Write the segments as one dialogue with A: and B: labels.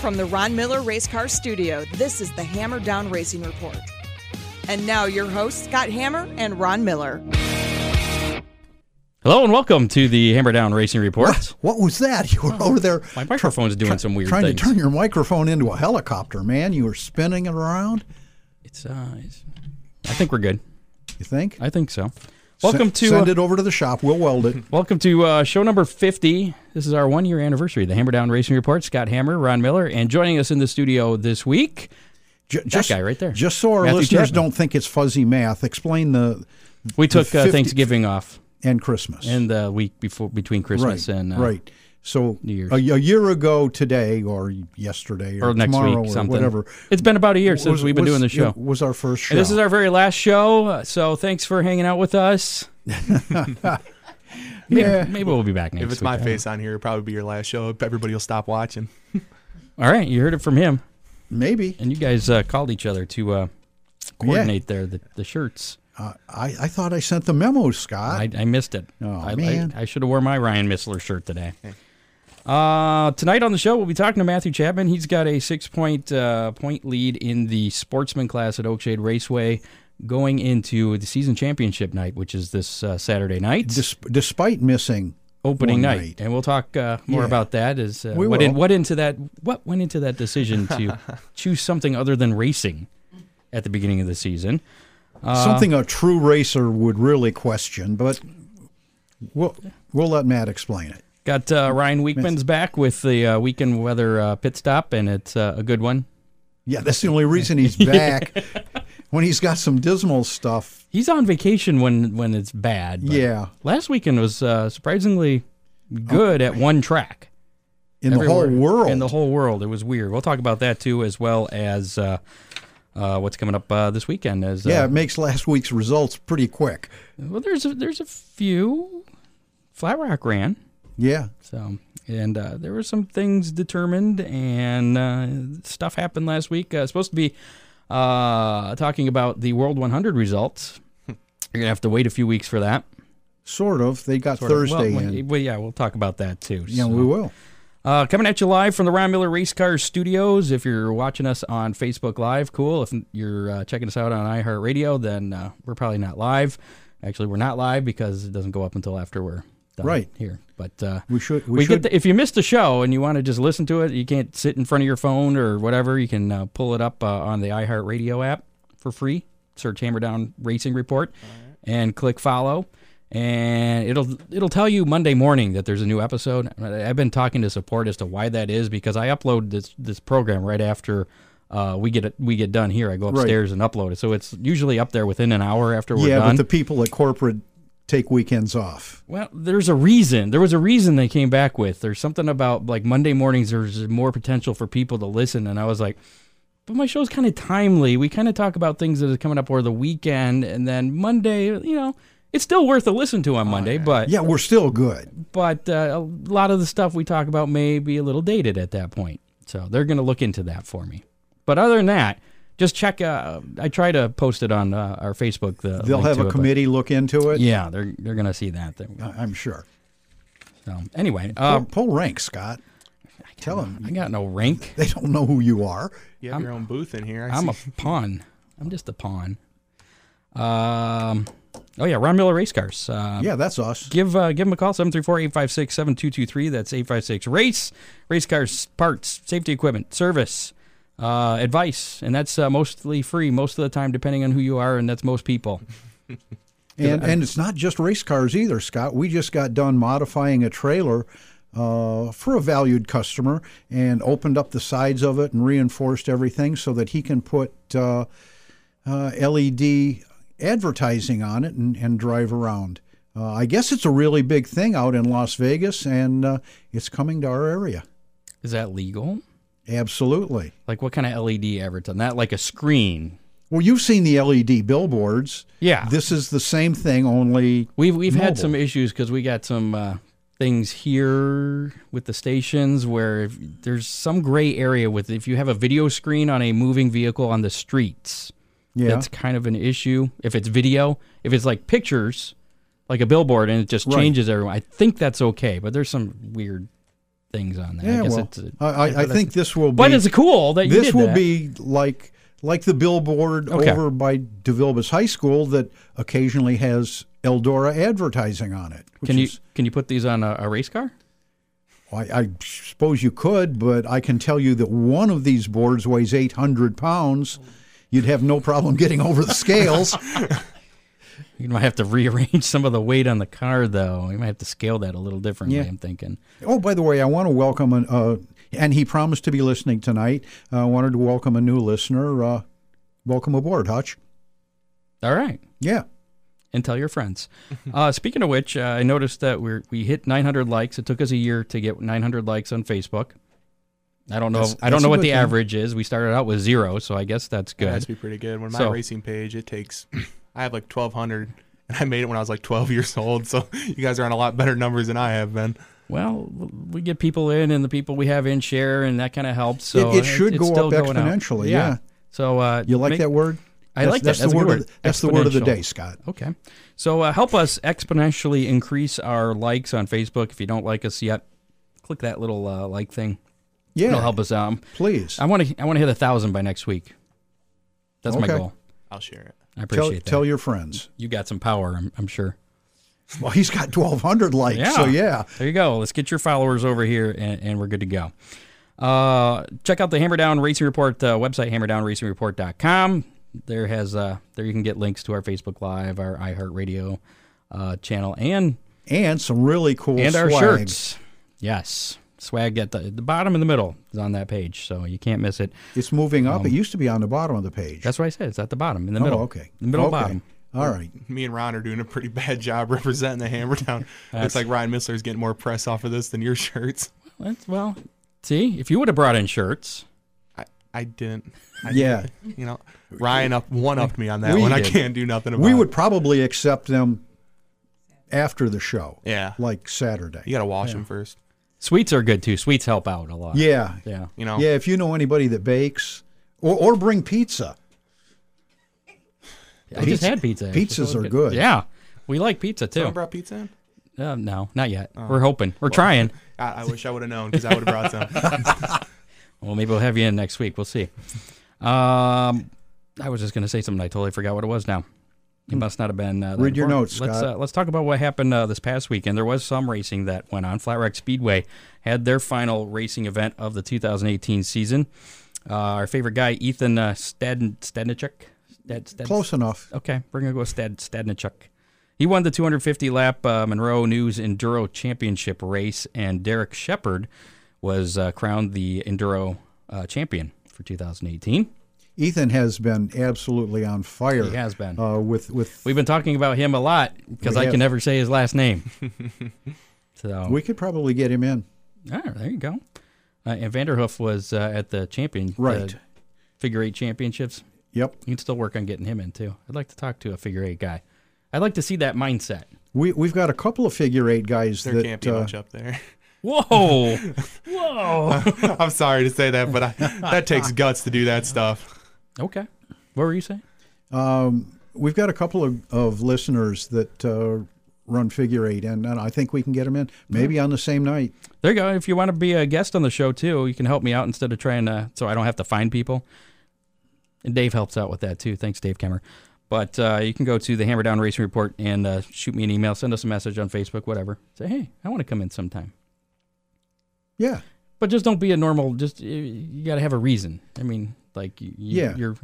A: From the Ron Miller Race Car Studio, this is the Hammer Down Racing Report. And now your hosts, Scott Hammer and Ron Miller.
B: Hello and welcome to the Hammer Down Racing Report.
C: What was that? You were over there
B: My microphone's doing some weird
C: trying
B: things.
C: to turn your microphone into a helicopter, man. You were spinning it around.
B: It's, uh, it's- I think we're good.
C: You think?
B: I think so. Welcome
C: S-
B: to
C: send
B: uh,
C: it over to the shop. We'll weld it.
B: welcome to uh, show number fifty. This is our one year anniversary. The Hammer Down Racing Report. Scott Hammer, Ron Miller, and joining us in the studio this week.
C: J- just,
B: guy right there.
C: Just so our
B: Matthew
C: listeners
B: Chapman.
C: don't think it's fuzzy math, explain the
B: We took uh,
C: 50
B: Thanksgiving off
C: and Christmas
B: and the week before between Christmas
C: right,
B: and uh,
C: right. So
B: New Year's.
C: a, a year ago today, or yesterday, or,
B: or next
C: tomorrow,
B: week
C: or
B: something.
C: whatever.
B: It's been about a year since
C: was-
B: we've been
C: was-
B: doing the show.
C: it was our first show.
B: And this is our very last show, uh, so thanks for hanging out with us. maybe,
C: Yeah.
B: maybe we'll be back next
D: If it's
B: week.
D: my face on here, it'll probably be your last show. Everybody will stop watching.
B: All right, you heard it from him.
C: maybe.
B: And you guys uh, called each other to uh, coordinate there the, the shirts.
C: Uh, I, I thought I sent the memo, Scott.
B: I, I missed it.
C: Oh,
B: I,
C: man.
B: I, I should have worn my Ryan Missler shirt today. Uh, tonight on the show, we'll be talking to Matthew Chapman. He's got a six point uh, point lead in the sportsman class at Oakshade Raceway going into the season championship night, which is this uh, Saturday night,
C: Dis- despite missing
B: opening
C: one
B: night.
C: night.
B: And we'll talk uh, more
C: Yeah.
B: about that. Is uh,
C: We
B: what,
C: will.
B: in- what into that? What went into that decision to choose something other than racing at the beginning of the season? Uh,
C: something a true racer would really question, but we'll we'll let Matt explain it.
B: Got uh, Ryan Weekman's back with the uh, weekend weather uh, pit stop, and it's uh, a good one.
C: Yeah, that's the only reason he's back. When he's got some dismal stuff,
B: He's on vacation when when it's bad. but
C: Yeah.
B: Last weekend was uh, surprisingly good at one track.
C: in the whole
B: Everywhere-
C: world,
B: In the whole world, it was weird. We'll talk about that too, as well as uh, uh, what's coming up uh, this weekend. As uh,
C: yeah, it makes last week's results pretty quick.
B: well, there's a, there's a few. Flat Rock ran.
C: Yeah,
B: So, and uh, there were some things determined, and uh, stuff happened last week. Uh, supposed to be uh, talking about the World 100 results. You're gonna have to wait a few weeks for that.
C: sort of. They got
B: Sort of.
C: Thursday
B: well,
C: in.
B: we- well, yeah, we'll talk about that too.
C: yeah,
B: so.
C: we will.
B: Uh, coming at you live from the Ron Miller Race Car Studios. If you're watching us on Facebook Live, cool. If you're uh, checking us out on iHeartRadio, then uh, we're probably not live. Actually, we're not live because it doesn't go up until after we're done
C: Right.
B: here. But uh,
C: We should- we
B: We, get
C: should-
B: the, if you missed the show and you want to just listen to it, you can't sit in front of your phone or whatever. You can uh, pull it up uh, on the iHeartRadio app for free. Search Hammer Down Racing Report and click follow. And it'll it'll tell you Monday morning that there's a new episode. I've been talking to support as to why that is because I upload this this program right after uh, we get it, we get done here. I go upstairs and upload it, so it's usually up there within an hour after we're
C: yeah,
B: done.
C: but the people at corporate take weekends off.
B: Well, there's a reason. There was a reason they came back with. There's something about like Monday mornings. There's more potential for people to listen, and I was like, but my show's kind of timely. We kind of talk about things that are coming up over the weekend, and then Monday, you know, it's still worth a listen to on Monday. But
C: Yeah, we're still good.
B: but uh, a lot of the stuff we talk about may be a little dated at that point. So they're going to look into that for me. But other than that, just check. Uh, I try to post it on uh, our Facebook. The
C: They'll
B: link
C: have
B: to it,
C: a
B: but-
C: committee look into it.
B: Yeah, they're they're going to see that. thing.
C: I- I'm sure.
B: So anyway, uh,
C: pull, pull rank, Scott. Tell them
B: I got no rank.
C: they don't know who you are.
D: You have your own booth in here. I
B: I'm a
D: see.
B: pawn. I'm just a pawn. Um. Oh yeah, Ron Miller Race Cars. Uh,
C: Yeah, that's us.
B: Give uh, give them a call 734-856-7223. That's eight five six race race cars parts safety equipment service uh, advice and that's uh, mostly free most of the time depending on who you are and that's most people.
C: And and it's not just race cars either, Scott. We just got done modifying a trailer uh, for a valued customer and opened up the sides of it and reinforced everything so that he can put uh, E uh, LED advertising on it and, and drive around. uh, I guess it's a really big thing out in Las Vegas, and uh, it's coming to our area.
B: Is that legal?
C: Absolutely.
B: Like what kind of E LED advertising? Not like a screen.
C: Well, you've seen the LED billboards.
B: Yeah.
C: This is the same thing, only
B: We've we've
C: Mobile.
B: had some issues because we got some uh, things here with the stations where if, there's some gray area with if you have a video screen on a moving vehicle on the streets,
C: yeah,
B: that's kind of an issue. If it's video, if it's like pictures, like a billboard, and it just
C: Right.
B: changes everyone, I think that's okay. But there's some weird things on that.
C: yeah.
B: I guess
C: well,
B: it's. a-
C: I I, I
B: that's-
C: think this will be.
B: But it's cool that you
C: this
B: did
C: will
B: that.
C: be like like the billboard
B: Okay.
C: over by DeVilbiss High School that occasionally has Eldora advertising on it. Which
B: Can you
C: is,
B: can you put these on a, a race car?
C: I, I suppose you could, but I can tell you that one of these boards weighs 800 pounds. You'd have no problem getting over the scales.
B: You might have to rearrange some of the weight on the car, though. You might have to scale that a little differently.
C: Yeah.
B: I'm thinking.
C: Oh, by the way, I want to welcome an, uh, and he promised to be listening tonight. I wanted to welcome a new listener. Uh, welcome aboard, Hutch.
B: All right,
C: Yeah,
B: and tell your friends. uh, speaking of which, uh, I noticed that we we hit 900 likes. It took us a year to get 900 likes on Facebook. I don't know.
C: That's-
B: I don't
C: that's
B: know
C: a
B: what
C: good
B: the
C: thing.
B: average is. We started out with zero, so I guess that's
D: It has
B: good.
D: to be pretty good. When my
B: So-
D: racing page, it takes, I have like 1,200, and I made it when I was like 12 years old. So you guys are on a lot better numbers than I have been.
B: Well, we get people in, and the people we have in share, and that kind of helps. So
C: It- it should
B: it's
C: go
B: still
C: up
B: going out.
C: exponentially, yeah.
B: So uh,
C: you like
B: make-
C: that word?
B: I like that.
C: That's,
B: That's a
C: the
B: good
C: word. of
B: word.
C: the- That's the word of the
B: Exponential.
C: day, Scott.
B: Okay. So uh, help us exponentially increase our likes on Facebook. If you don't like us yet, click that little uh, like thing.
C: Yeah,
B: It'll help us out. Um,
C: Please
B: I want to I want to hit a thousand by next week. That's my
C: Okay.
B: goal.
D: I'll share it.
B: I
C: tell,
B: appreciate that.
C: tell your friends.
B: you got some power, I'm, I'm sure.
C: Well, he's got 1,200 likes, so yeah.
B: There you go. Let's get your followers over here, and, and we're good to go. Uh, check out the Hammer Down Racing Report uh, website, hammerdownracingreport.com. There has uh, there you can get links to our Facebook Live, our iHeartRadio uh, channel, and
C: And some really cool
B: and our
C: swag.
B: shirts. Yes, swag at the, the bottom and the middle is on that page, so you can't miss it.
C: It's moving up. it used to be on the bottom of the page.
B: Um, That's what I said. It's at the bottom, in the
C: oh,
B: middle.
C: okay.
B: the middle
C: okay.
B: bottom.
C: All right.
D: Me and Ron are doing a pretty bad job representing the hammer down.
B: That's-
D: Looks like Ryan Missler's getting more press off of this than your shirts.
B: That's, well, see, if you would have brought in shirts,
D: I, I didn't. I,
C: Yeah.
D: You know, Ryan up one upped me on that
C: We
D: one. I
C: did.
D: can't do nothing about
C: We
D: it.
C: would probably accept them after the show.
D: Yeah.
C: Like Saturday.
D: You got to wash them first.
B: sweets are good too. Sweets help out a lot.
C: Yeah.
B: yeah.
D: You know,
C: Yeah, if you know anybody that bakes or, or bring pizza.
B: I just had pizza. actually.
C: pizzas
B: That was
C: are good.
B: Yeah, we like pizza
D: someone
B: too.
D: brought Oh. pizza in?
B: Uh, no, not yet. We're hoping. We're trying.
D: I, I wish I would have known because I would have brought some.
B: Well, maybe we'll have you in next week. We'll see. Um, I was just going to say something. I totally forgot what it was now. It must not have been. Uh, that
C: Hmm. Read your
B: important.
C: notes,
B: Let's,
C: Scott.
B: Uh, let's talk about what happened uh, this past weekend. There was some racing that went on. Flat Rock Speedway had their final racing event of the 2018 season. Uh, our favorite guy, Ethan uh, Stad- Stadnichuk. Stad- Stad-
C: Close enough.
B: Okay, we're gonna go with Stad Stadnichuk. He won the 250 lap uh, Monroe News Enduro Championship race, and Derek Shepard was uh, crowned the Enduro uh, champion for 2018.
C: Ethan has been absolutely on fire.
B: He has been.
C: Uh, with with
B: We've been talking about him a lot because
C: We
B: I
C: have.
B: can never say his last name. so
C: we could probably get him in.
B: all right, there you go. Uh, and Vanderhoof was uh, at the champion
C: Right.
B: uh, figure eight championships.
C: Yep.
B: You can still work on getting him in too. I'd like to talk to a figure eight guy. I'd like to see that mindset.
C: We we've got a couple of figure eight guys
D: There
C: that
D: can't be
C: uh,
D: much up there.
B: Whoa, whoa.
D: I'm sorry to say that, but I, that takes guts to do that stuff.
B: Okay. What were you saying?
C: um, we've got a couple of, of listeners that uh, run figure eight and, and I think we can get him in. Maybe
B: Mm-hmm.
C: on the same night.
B: There you go. If you want to be a guest on the show too, you can help me out instead of trying to, so I don't have to find people. And Dave helps out with that too. Thanks, Dave Kemmer. But uh, you can go to the Hammer Down Racing Report and uh, shoot me an email, send us a message on Facebook, whatever. Say, hey, I want to come in sometime.
C: Yeah.
B: But just don't be a normal. Just uh, you got to have a reason. I mean, like you, you-
C: Yeah.
B: you're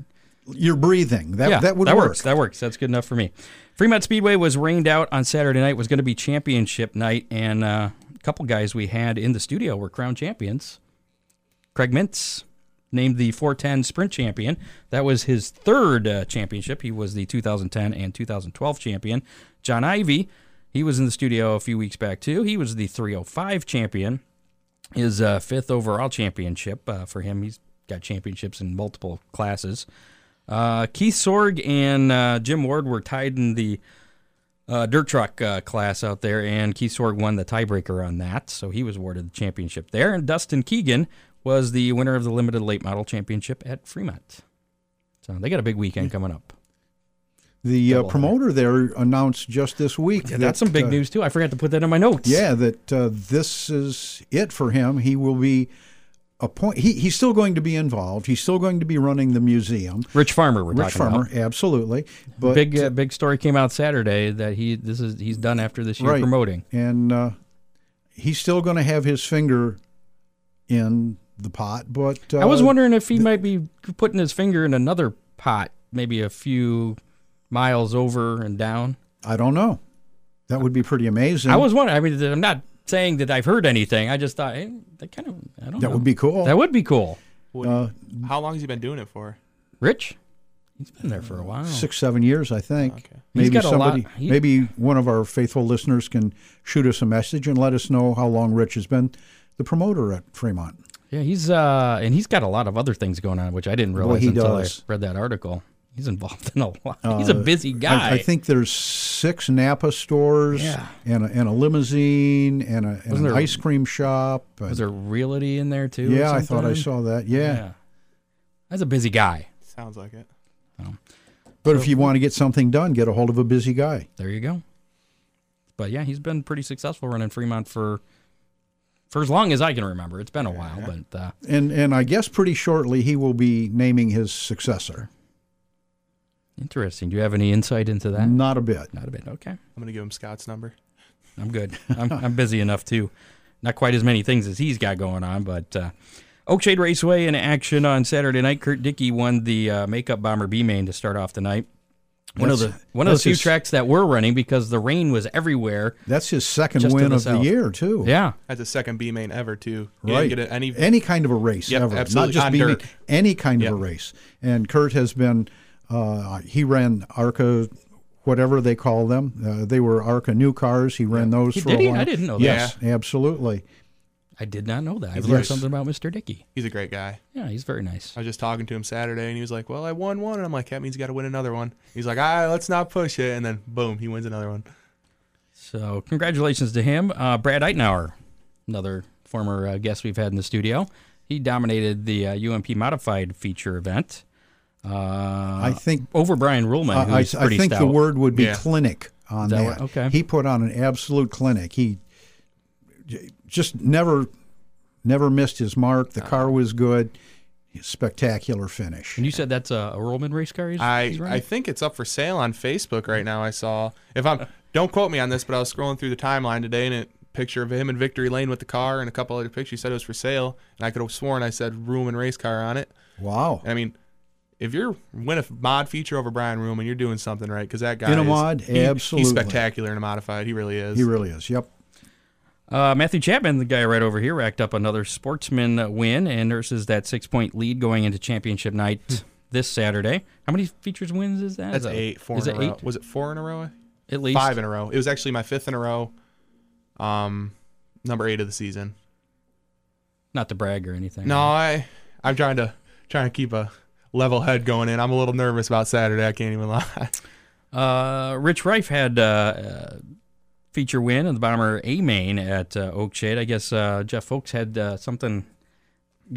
C: You're breathing. That that would work.
B: works. That works. That's good enough for me. Fremont Speedway was rained out on Saturday night. It was going to be championship night, and uh, a couple guys we had in the studio were crown champions. Craig Mintz named the 410 sprint champion. That was his third uh, championship. He was the 2010 and 2012 champion. John Ivy. He was in the studio a few weeks back too. He was the 305 champion, his uh, fifth overall championship uh, for him. He's got championships in multiple classes. Uh, Keith Sorg and uh, Jim Ward were tied in the uh, dirt truck uh, class out there, and Keith Sorg won the tiebreaker on that, so he was awarded the championship there. And Dustin Keegan was the winner of the limited late model championship at Fremont. So they got a big weekend coming up.
C: The uh,
B: Double
C: promoter there announced just this week.
B: Yeah, that's some big
C: uh,
B: news too. I forgot to put that in my notes.
C: Yeah, that uh, this is it for him. He will be appoint. He, he's still going to be involved. He's still going to be running the museum.
B: Rich Farmer. We're
C: Rich
B: talking
C: Farmer,
B: About.
C: absolutely. But
B: big uh, big story came out Saturday that he this is he's done after this year
C: Right.
B: promoting.
C: and uh, he's still going to have his finger in the pot. But uh,
B: I was wondering if he might be putting his finger in another pot, maybe a few miles over and down.
C: I don't know. That would be pretty amazing.
B: I was wondering. I mean, I'm not saying that I've heard anything. I just thought hey, that kind of I don't.
C: That
B: know.
C: would be cool.
B: That would be cool.
D: What- How long has he been doing it for?
B: Rich, he's been there for a while.
C: six seven years i think
D: Okay.
B: He's
C: maybe
B: got a lot-
C: somebody
B: he-
C: maybe one of our faithful listeners can shoot us a message and let us know how long rich has been the promoter at fremont
B: Yeah, he's uh, and he's got a lot of other things going on, which I didn't realize
C: he
B: until
C: does. Uh,
B: I read that article. He's involved in a lot. he's a busy guy.
C: I, I think there's six napa stores
B: Yeah.
C: and, a, and a limousine and, a, and
B: Wasn't
C: an
B: there-
C: ice cream shop and-
B: was there reality in there too? or
C: yeah i thought i
B: something?
C: saw that yeah,
B: Yeah, that's a busy guy.
D: Sounds like it.
C: but if you want to get something done get a hold of a busy guy
B: There you go. But yeah, he's been pretty successful running Fremont for for as long as I can remember. It's been a while, but uh,
C: and and i guess pretty shortly he will be naming his successor
B: interesting. Do you have any insight into that?
C: not a bit
B: Not a bit. Okay.
D: I'm gonna give him Scott's number.
B: I'm good. I'm, I'm busy enough too. Not quite as many things as he's got going on, but uh, Oakshade Raceway in action on Saturday night. Kurt Dickey won the uh, Makeup Bomber B main to start off the night. One of the
C: That's-
B: one of the
C: that's
B: few
C: his-
B: tracks that were running because the rain was everywhere.
C: that's his second
B: Just to
C: win
B: the
C: of the
B: south.
C: year too
B: Yeah,
D: That's the second B main ever too. You
C: Right.
D: Didn't get any
C: kind of a race
D: Yep,
C: ever.
D: absolutely.
C: Not just
D: On
C: being
D: dirt.
C: any kind of a
D: Yep.
C: race. And Kurt has been, uh, he ran ARCA, whatever they call them. Uh, they were ARCA new cars. He ran those
B: He-
C: for
B: did
C: a
B: he? I
C: while.
B: didn't know that.
C: Yes, absolutely.
B: I did not know that. I've learned
D: Yes.
B: something about Mr. Dickey.
D: He's a great guy.
B: Yeah, he's very nice.
D: I was just talking to him Saturday, and he was like, "Well, I won one," and I'm like, "That means you got to win another one." He's like, "Ah, let's not push it," and then boom, he wins another one.
B: So congratulations to him, uh, Brad Eitenauer, another former uh, guest we've had in the studio. He dominated the uh, UMP modified feature event. Uh,
C: I think
B: over Brian Ruhlman,
C: I, I, I
B: who's pretty
C: think
B: stout.
C: the word would be
D: Yeah.
C: clinic on
B: that
C: that.
B: what- okay.
C: He put on an absolute clinic. He j- just never never missed his mark. The car was good. Spectacular finish.
B: Uh-huh. and you said that's a, a Ruhlman race car. He's,
D: I
B: he's running?
D: I think it's up for sale on Facebook right now. I saw if I'm don't quote me on this, but I was scrolling through the timeline today, and it picture of him in Victory Lane with the car and a couple other pictures. He said it was for sale, and I could have sworn I said Room and Race Car on it.
C: Wow.
D: And I mean, if you're win a mod feature over Brian Room and you're doing something right, because that guy
C: In a
D: is-
C: mod?
D: he-
C: Absolutely.
D: he's spectacular in a modified. He really is.
C: He really is. Yep.
B: Uh, Matthew Chapman, the guy right over here, racked up another sportsman uh, win and nurses that six point lead going into championship
C: Hmm.
B: night this Saturday. How many features wins is that?
D: That's
B: Is that-
D: eight. Four
B: Is
D: in
B: it
D: a row.
B: eight?
D: Was it four in a row?
B: At least
D: Five in a row. It was actually my fifth in a row. Um, number eight of the season.
B: Not to brag or anything.
D: No, I I'm trying to trying to keep a level head going in. I'm a little nervous about Saturday. I can't even lie.
B: Uh, Rich Rife had uh, uh, feature win in the bomber A main at uh, Oakshade. I guess uh, Jeff Folks had uh, something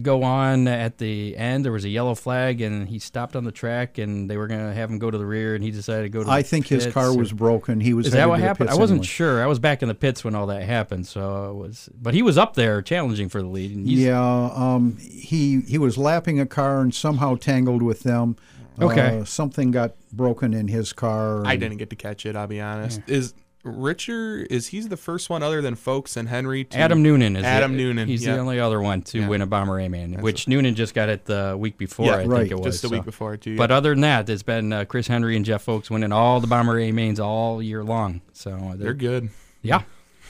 B: go on at the end. There was a yellow flag, and he stopped on the track, and they were gonna have him go to the rear, and he decided to go to.
C: I
B: the
C: think his
B: pits.
C: car was broken. He was.
B: Is that
C: headed
B: what
C: to the
B: happened? I
C: pits
B: wasn't
C: anyway.
B: sure. I was back in the pits when all that happened, so I was. But he was up there challenging for the lead. And he's,
C: Yeah, um, he he was lapping a car and somehow tangled with them.
B: Okay.
C: uh, something got broken in his car.
D: I
C: and-
D: didn't get to catch it. I'll be honest. Is Richard? Is he's the first one other than Folks and Henry? To,
B: Adam Noonan is the-
D: Adam Noonan,
B: He's the
D: yeah.
B: only other one to
D: Yeah.
B: win a bomber A man, which Noonan just got it the week before.
D: Yeah,
B: I
C: right,
B: think it was
D: just the
B: so.
D: week before too.
B: But uh, other than that, it's been uh, Chris Henry and Jeff Folks winning all the Bomber A mains all year long. So uh, they're,
D: they're good.
B: yeah.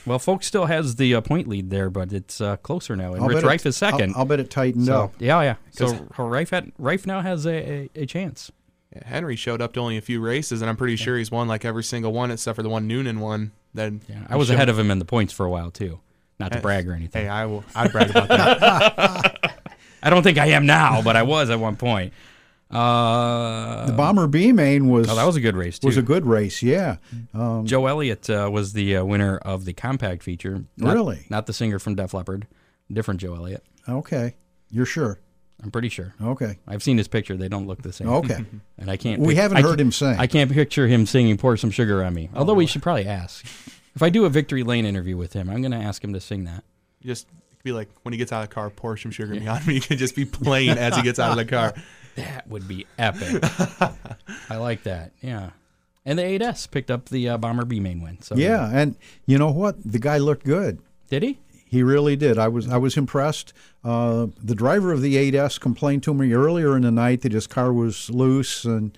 B: Well, Folks still has the uh, point lead there, but it's uh, closer now. And
C: I'll
B: Rich
C: bet it-
B: Rife is second.
C: I'll, I'll bet it tightened
B: so,
C: up.
B: Yeah, yeah. So Rife, had, Rife now has a, a, a chance.
D: Yeah, Henry showed up to only a few races, and I'm pretty sure he's won like every single one except for the one Noonan won. then
B: Yeah, I was ahead of him in the points for a while too. Not to brag or anything.
D: Hey, I will. I'd brag about that.
B: I don't think I am now, but I was at one point.
C: The
B: Uh,
C: Bomber B main was
B: oh, that was a good race too.
C: was a good race. Yeah,
B: Joe Elliott uh, was the uh, winner of the compact feature. Not-
C: Really?
B: Not the singer from Def Leppard, different Joe Elliott.
C: okay, you're sure?
B: I'm pretty sure.
C: Okay,
B: I've seen his picture. They don't look the same.
C: okay.
B: And I can't.
C: We haven't
B: I
C: heard
B: ca-
C: him sing. Oh,
B: I can't picture him singing "Pour Some Sugar on Me." Although we should probably ask. If I do a Victory Lane interview with him, I'm going to ask him to sing that.
D: just be like when he gets out of the car, pour some sugar me on me. You could just be playing as he gets out of the car.
B: That would be epic. I like that. Yeah. And the 8S picked up the uh, Bomber B main win. So
C: yeah, and you know what? The guy looked good.
B: Did he?
C: He really did. I was I was impressed. Uh, the driver of the 8S complained to me earlier in the night that his car was loose, and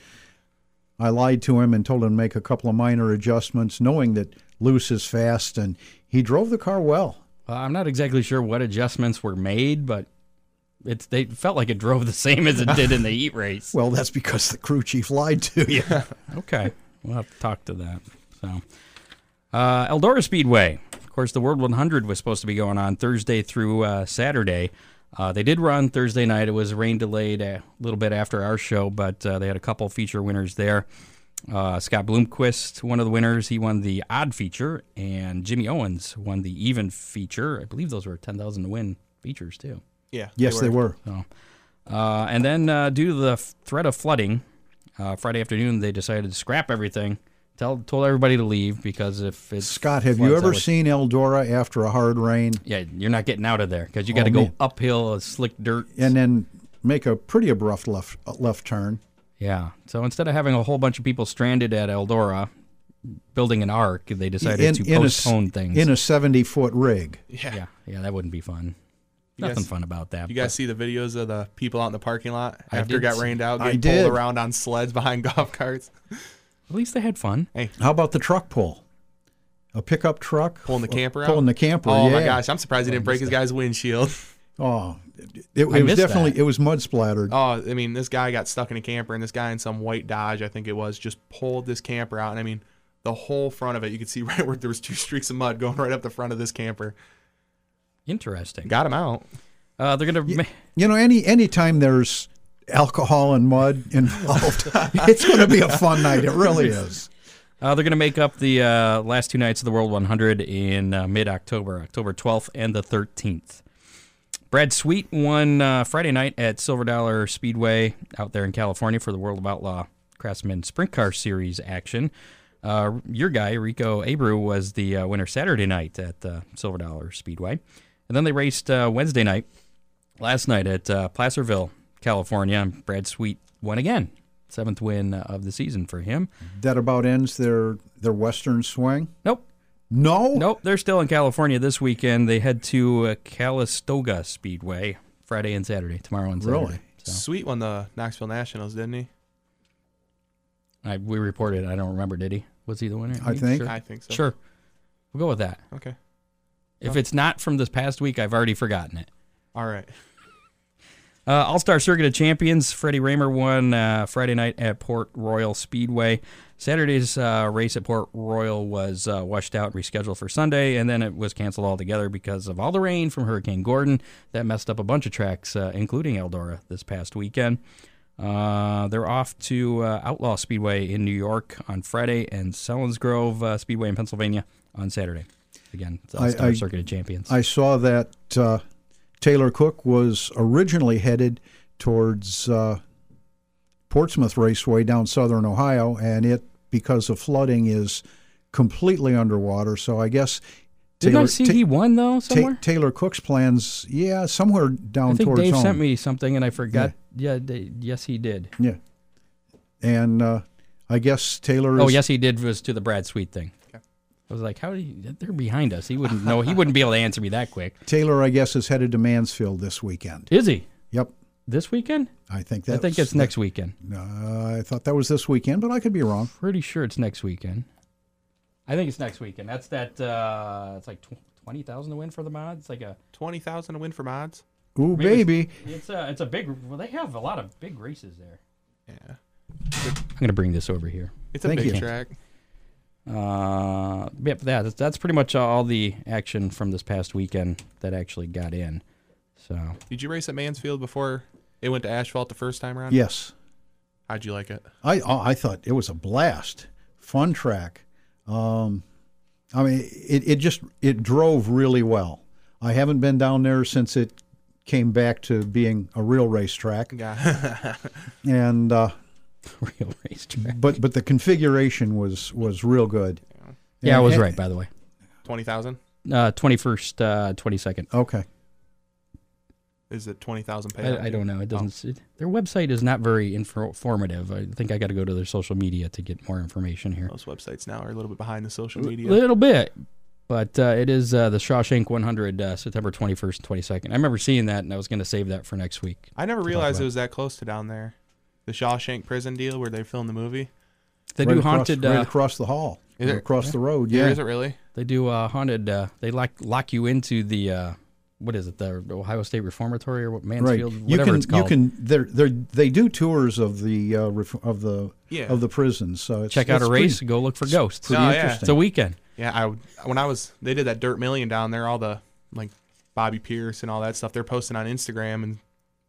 C: I lied to him and told him to make a couple of minor adjustments, knowing that loose is fast, and he drove the car well.
B: Well, I'm not exactly sure what adjustments were made, but it's they felt like it drove the same as it did in the heat race.
C: Well, that's because the crew chief lied to you.
B: Okay, we'll have to talk to that. So, uh, Eldora Speedway, of course, the World 100 was supposed to be going on Thursday through uh, Saturday. Uh, they did run Thursday night. It was rain delayed a little bit after our show, but uh, they had a couple feature winners there. Uh, Scott Bloomquist, one of the winners, he won the odd feature, and Jimmy Owens won the even feature. I believe those were 10,000 to win features, too.
D: Yeah.
C: Yes, they were.
B: Uh, and then, uh, due to the f- threat of flooding, uh, Friday afternoon they decided to scrap everything. Tell told everybody to leave because if it's
C: Scott, have
B: floods,
C: you
B: that
C: ever
B: was-
C: seen Eldora after a hard rain
B: Yeah, you're not getting out of there because you got to
C: Oh,
B: go
C: man.
B: uphill, uh, slick dirt.
C: and then make a pretty abrupt left uh, left turn?
B: yeah. So instead of having a whole bunch of people stranded at Eldora, building an arc, they decided to
C: a s-
B: postpone things.
C: in a seventy foot rig.
D: Yeah.
B: yeah, yeah, that wouldn't be fun.
D: You
B: Nothing
D: guys-
B: fun about that.
D: You guys see the videos of the people out in the parking lot
B: I
D: after it
B: did
D: got
B: see-
D: rained out,
C: I
D: getting
C: did.
D: pulled around on sleds behind golf carts,
B: but at least they had fun.
C: How about the truck pull? A pickup truck
D: pulling the camper out.
C: pulling the camper.
D: Oh
C: yeah.
D: my gosh! I'm surprised he didn't break his guy's windshield.
C: Oh, it, it
B: I
C: was
B: missed
C: definitely
B: that.
C: it was mud splattered.
D: Oh, I mean, this guy got stuck in a camper, and this guy in some white Dodge, I think it was, just pulled this camper out, and I mean, the whole front of it, you could see right where there was two streaks of mud going right up the front of this camper.
B: Interesting.
D: Got him out.
B: Uh, they're gonna. ma-
C: You know, any anytime there's alcohol and mud involved, it's going to be a fun night. It really is.
B: Uh, they're going to make up the uh, last two nights of the World 100 in uh, mid October, October 12th and the 13th. Brad Sweet won uh, Friday night at Silver Dollar Speedway out there in California for the World of Outlaw Craftsman Sprint Car Series action. Uh, your guy, Rico Abreu, was the uh, winner Saturday night at uh, Silver Dollar Speedway. And then they raced uh, Wednesday night, last night at uh, Placerville, California. Brad Sweet won again. Seventh win of the season for him.
C: That about ends their their western swing.
B: Nope.
C: No,
B: Nope, they're still in California this weekend. They head to uh, Calistoga Speedway Friday and Saturday, tomorrow and Saturday.
C: Really?
B: So
D: Sweet won the Knoxville Nationals, didn't he?
B: I, we reported. I don't remember. Did he? Was he the winner?
C: I think.
B: Sure.
D: I think so.
B: Sure. We'll go with that.
D: Okay.
B: If it's not from this past week, I've already forgotten it.
D: All right.
B: Uh, All Star Circuit of Champions. Freddie Raymer won uh, Friday night at Port Royal Speedway. Saturday's uh, race at Port Royal was uh, washed out and rescheduled for Sunday, and then it was canceled altogether because of all the rain from Hurricane Gordon that messed up a bunch of tracks, uh, including Eldora this past weekend. Uh, they're off to uh, Outlaw Speedway in New York on Friday and Selinsgrove uh, Speedway in Pennsylvania on Saturday. Again, it's All
C: I-
B: Star
C: I-
B: Circuit of Champions.
C: I saw that uh, Taylor Cook was originally headed towards uh, Portsmouth Raceway down southern Ohio, and it, because of flooding, is completely underwater. So I guess
B: Didn't I
C: Taylor,
B: see
C: Ta-
B: he won though
C: Ta-
B: somewhere?
C: Taylor Cook's plans, yeah, somewhere down
B: I think
C: towards
B: Dave
C: home.
B: sent me something and I forgot. Yeah, they, yes, he did.
C: Yeah, and uh, I guess Taylor.
B: Oh,
C: is,
B: yes, he did. Was to the Brad Sweet thing. I was like, how do you? They're behind us. He wouldn't know. He wouldn't be able to answer me that quick.
C: Taylor, I guess, is headed to Mansfield this weekend.
B: Is he
C: Yep,
B: this weekend?
C: I think that's.
B: I think it's next weekend.
C: Uh, I thought that was this weekend, but I could be wrong.
B: Pretty sure it's next weekend. I think it's next weekend. That's that. uh It's like tw- twenty thousand to win for the mods. Like a.
D: Twenty thousand to win for mods.
C: Ooh,
B: Maybe it's-
C: baby.
B: It's a. It's a big. Well, they have a lot of big races there.
D: Yeah.
B: I'm gonna bring this over here.
D: It's a
C: Thank
D: big
C: you.
D: track.
B: Uh, yep, that, that's, that's pretty much all the action from this past weekend that actually got in. So
D: Did you race at Mansfield before it went to asphalt the first time around?
C: Yes.
D: How'd you like it?
C: I oh, I thought it was a blast, fun track. Um, I mean, it, it just it drove really well. I haven't been down there since it came back to being a real racetrack,
D: Yeah.
C: and uh,
B: real racetrack.
C: but but the configuration was was real good.
B: Yeah, I was
C: And-
B: right by the way.
D: twenty thousand.
B: Uh, 21st, uh, 22nd.
C: Okay,
D: Is it twenty thousand paid?
B: I, I don't know. It doesn't. It, their website is not very infor- informative. I think I got to go to their social media to get more information here.
D: Most websites now are a little bit behind the social
B: A
D: media.
B: little bit, but uh, it is uh, the Shawshank 100, uh, September 21st and 22nd. I remember seeing that, and I was going to save that for next week.
D: I never realized
B: about.
D: it was that close to down there. The Shawshank prison deal where they filmed the movie.
B: They
C: right
B: do
C: across,
B: haunted.
C: right
B: uh,
C: across the hall,
D: Is
C: or
D: it-
C: across the road.
D: Yeah.
C: Yeah,
D: Is it really?
B: They do uh, haunted. Uh, they lock lock you into the uh, what is it? The Ohio State Reformatory or what Mansfield?
C: right. You
B: Whatever
C: can
B: it's called.
C: you can they're, they're, they do tours of the uh, ref, of the
D: Yeah.
C: of the prisons. So it's,
B: check out
C: it's
B: a
C: pretty-
B: race. Go look for ghosts.
D: pretty Oh, yeah. interesting.
B: It's a weekend.
D: Yeah, I would- when I was they did that Dirt Million down there, all the like Bobby Pierce and all that stuff. They're posting on Instagram and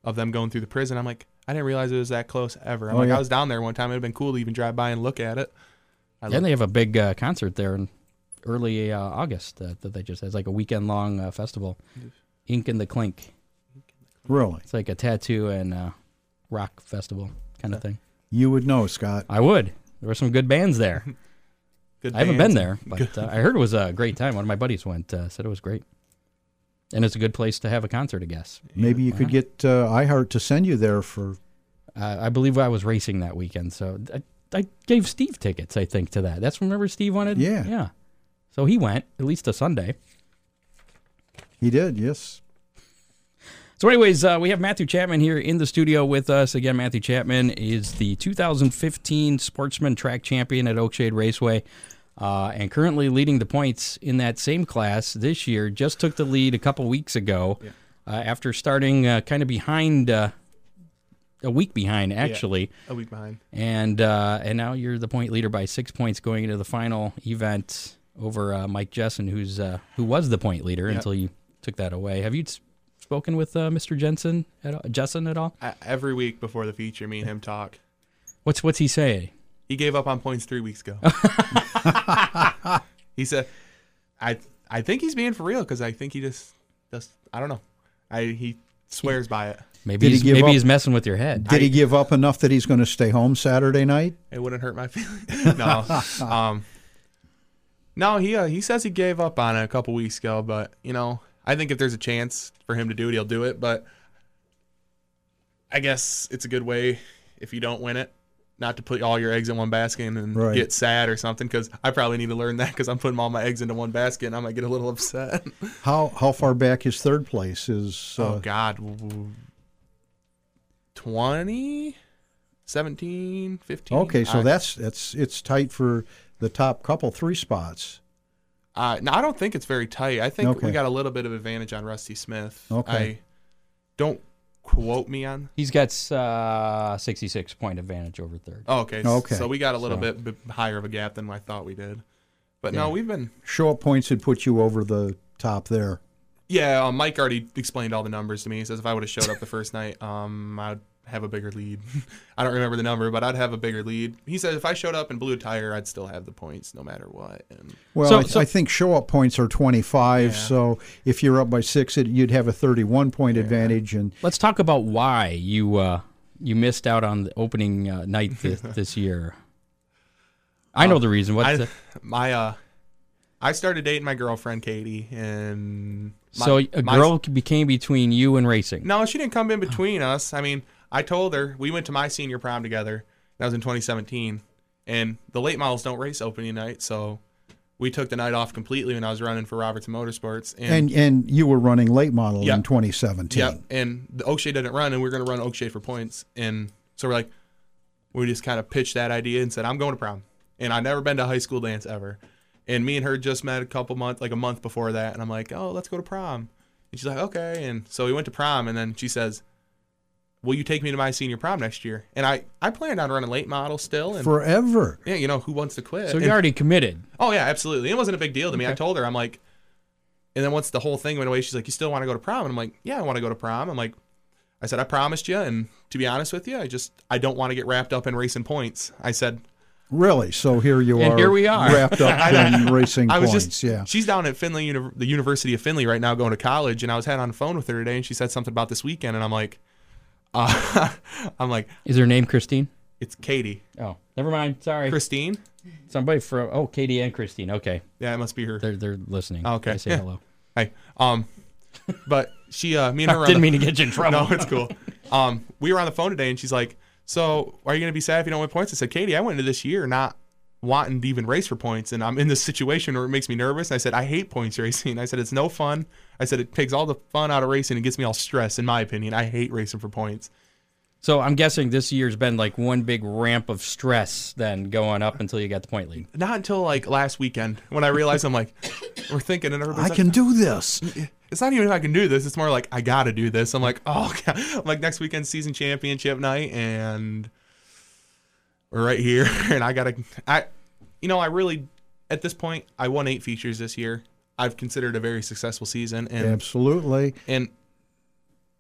D: of them going through the prison. I'm like, I didn't realize it was that close ever. I'm
C: Oh,
D: like,
C: yeah.
D: I was down there one time. It'd have been cool to even drive by and look at it. I
B: Then
D: love-
B: they have a big uh, concert there in early uh, August that, that they just it's like a weekend long uh, festival. Ink and the Clink.
C: Really,
B: It's like a tattoo and uh, rock festival kind of thing.
C: you would know, Scott.
B: I would. There were some good bands there.
D: good
B: I haven't been
D: bands.
B: there, but uh, I heard it was a great time. One of my buddies went, uh, said it was great, and it's a good place to have a concert. I guess.
C: Maybe you could get uh, iHeart to send you there for
B: Uh, I believe I was racing that weekend, so I, I gave Steve tickets. I think to that. That's whenever Steve wanted.
C: Yeah.
B: yeah. So he went at least a Sunday.
C: He did, yes.
B: So, anyways, uh, we have Matthew Chapman here in the studio with us. Again, Matthew Chapman is the 2015 Sportsman Track Champion at Oakshade Raceway uh, and currently leading the points in that same class this year. Just took the lead a couple weeks ago uh, after starting uh, kind of behind, uh, a week behind, actually
D: a week behind.
B: and uh, and now you're the point leader by six points going into the final event over uh, Mike Jessen, who's uh, who was the point leader until you took that away. Have you s- spoken with uh, Mr. Jensen at all, Jessen at all?
D: I, every week before the feature, me and him talk.
B: What's what's he saying?
D: He gave up on points three weeks ago. he said, "I I think he's being for real because I think he just just I don't know. I he swears by it.
B: Maybe
C: Did he
B: he's,
C: give
B: maybe
C: up?
B: he's messing with your head.
C: Did he give up enough that he's going to stay home Saturday night?
D: It wouldn't hurt my feelings. no, um, no. He uh, he says he gave up on it a couple weeks ago, but you know I think if there's a chance for him to do it, he'll do it. But I guess it's a good way if you don't win it. Not to put all your eggs in one basket and
C: Right.
D: get sad or something, because I probably need to learn that because I'm putting all my eggs into one basket and I might get a little upset.
C: How how far back his third place is? Uh,
D: oh God, 20, 17, 15.
C: okay, so
D: I-
C: that's that's it's tight for the top couple three spots.
D: Uh, no, I don't think it's very tight. I think
C: Okay.
D: we got a little bit of advantage on Rusty Smith.
C: Okay.
D: I don't quote me on.
B: He's got uh, 66 point advantage over third.
D: Oh, okay. S-
C: Okay.
D: So we got a little
B: So-
D: bit b- higher of a gap than I thought we did. But no, we've been.
C: Show up points would put you over the top there.
D: Yeah, uh, Mike already explained all the numbers to me. He says if I would have showed up the first night, um, I'd have a bigger lead. I don't remember the number, but I'd have a bigger lead. He said if I showed up and blew a tire, I'd still have the points no matter what. And
C: Well,
B: So-
C: I,
B: so-
C: I think show up points are twenty five. So if you're up by six, it, you'd have a thirty one point advantage, and
B: Let's talk about why you uh, you missed out on the opening uh, night this, this year. I know the reason. What's
D: I,
B: the-
D: my uh, I started dating my girlfriend Katie, and my-
B: so a
D: my-
B: girl became between you and racing.
D: No, she didn't come in between us. I mean, I told her we went to my senior prom together. That was in 2017, and the late models don't race opening night, so we took the night off completely when I was running for Robertson Motorsports. And,
C: and and you were running late model in
D: Yep.
C: twenty seventeen.
D: yeah, and the Oakshay didn't run, and we were are gonna run Oakshay for points. And so we're like, we just kind of pitched that idea and said, I'm going to prom, and I've never been to high school dance ever. And me and her just met a couple months, like a month before that, and I'm like, oh, let's go to prom. And she's like, okay. And so we went to prom, and then she says, will you take me to my senior prom next year? And I, I planned on running late model still. And
C: forever.
D: yeah, you know, who wants to quit?
B: So
D: And-
B: you're already committed.
D: Oh yeah, absolutely. It wasn't a big deal to me. I
B: Okay.
D: told her, I'm like, and then once the whole thing went away, she's like, "You still want to go to prom?" And I'm like, "Yeah, I want to go to prom." I'm like, I said, "I promised you," and to be honest with you, I just I don't want to get wrapped up in racing points. I said,
C: Really? So here you
B: And
C: are.
B: here we are.
C: Wrapped up in racing
D: I was
C: points.
D: just
C: yeah.
D: She's down at Finley, Uni- the University of Finley, right now, going to college, and I was had on the phone with her today, and she said something about this weekend, and I'm like, uh, I'm like,
B: Is her name Christine?
D: it's Katie,
B: Oh, never mind. Sorry,
D: Christine.
B: somebody from oh Katie and Christine. Okay,
D: Yeah, it must be her.
B: they're they're listening.
D: Okay.
B: They say
D: Yeah.
B: hello.
D: Hey, um, but she, uh, me and her, were on
B: Didn't
D: the-
B: mean to get you in trouble.
D: No, it's cool. Um, we were on the phone today, and she's like, "So, are you gonna be sad if you don't win points?" I said, "Katie, I went into this year not wanting to even race for points, and I'm in this situation where it makes me nervous." And I said, "I hate points racing." I said, "It's no fun." I said, "It takes all the fun out of racing and gets me all stressed." In my opinion, I hate racing for points.
B: So I'm guessing this year's been like one big ramp of stress, then going up until you got the point lead.
D: Not until like last weekend when I realized I'm like, we're thinking, and
C: I
D: everybody's
C: can
D: like,
C: do this.
D: it's not even if I can do this. It's more like I gotta do this. I'm like, oh, God. I'm like next weekend season championship night, and we're right here, and I gotta, I, you know, I really, at this point, I won eight features this year. I've considered a very successful season, and
C: Absolutely.
D: and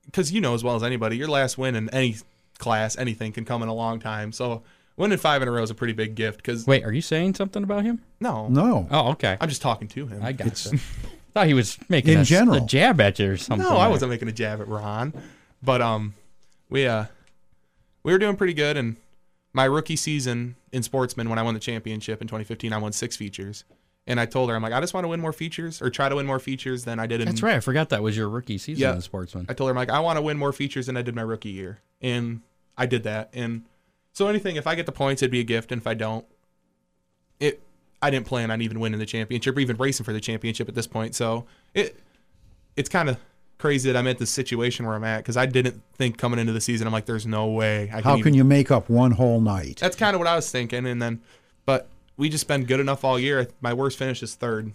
D: because you know as well as anybody, your last win in any class, anything can come in a long time. So winning five in a row is a pretty big gift. Because
B: Wait, are you saying something about him?
D: no,
C: No.
B: Oh, okay.
D: I'm just talking to him.
B: I got gotcha. Thought he was making
C: In
B: a,
C: general.
B: a jab at you or something.
D: No, I wasn't making a jab at Ron, but um, we uh, we were doing pretty good. And my rookie season in sportsman, when I won the championship in 2015, I won six features. And I told her, I'm like, I just want to win more features or try to win more features than I did in.
B: That's right. I forgot that was your rookie season
D: Yeah.
B: in the sportsman.
D: I told her, I'm like, I want to win more features than I did my rookie year, and I did that. And so anything, if I get the points, it'd be a gift, and if I don't, it. I didn't plan on even winning the championship or even racing for the championship at this point. So it it's kind of crazy that I'm at this situation where I'm at because I didn't think coming into the season I'm like, there's no way. I can
C: How
D: even- Uh,
C: can you make up one whole night?
D: That's kind of what I was thinking, and then, but we just been good enough all year. My worst finish is third.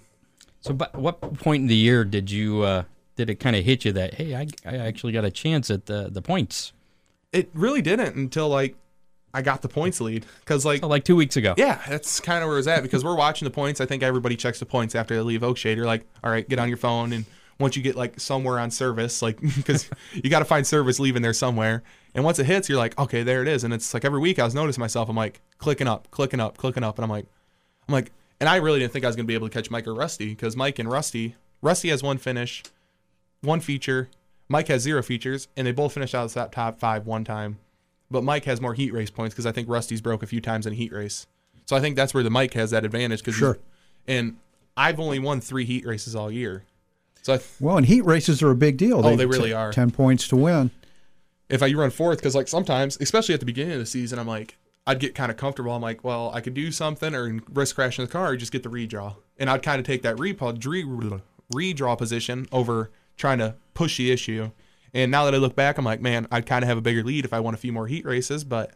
B: So, but what point in the year did you uh, did it kind of hit you that hey, I, I actually got a chance at the the points?
D: It really didn't until like I got the points lead because like.
B: Oh, like two weeks ago.
D: Yeah, that's kind of where it was at because we're watching the points. I think everybody checks the points after they leave Oak Shade. You're like, all right, get on your phone. And once you get like somewhere on service, like, because you got to find service leaving there somewhere. And once it hits, you're like, okay, there it is. And it's like every week I was noticing myself, I'm like clicking up, clicking up, clicking up. And I'm like, I'm like, and I really didn't think I was going to be able to catch Mike or Rusty because Mike and Rusty, Rusty has one finish, one feature. Mike has zero features, and they both finished out of the top- top five one time. But Mike has more heat race points because I think Rusty's broke a few times in a heat race. So I think that's where the Mike has that advantage. Cause
C: Sure.
D: And I've only won three heat races all year. So I,
C: Well, and heat races are a big deal.
D: Oh, they really are.
C: 10 points to win.
D: if I you run fourth, because like sometimes, especially at the beginning of the season, I'm like, I'd get kind of comfortable. I'm like, well, I could do something or risk crashing the car or just get the redraw. And I'd kind of take that repo, dre- redraw position over trying to push the issue. And now that I look back, I'm like, man, I'd kind of have a bigger lead if I won a few more heat races, but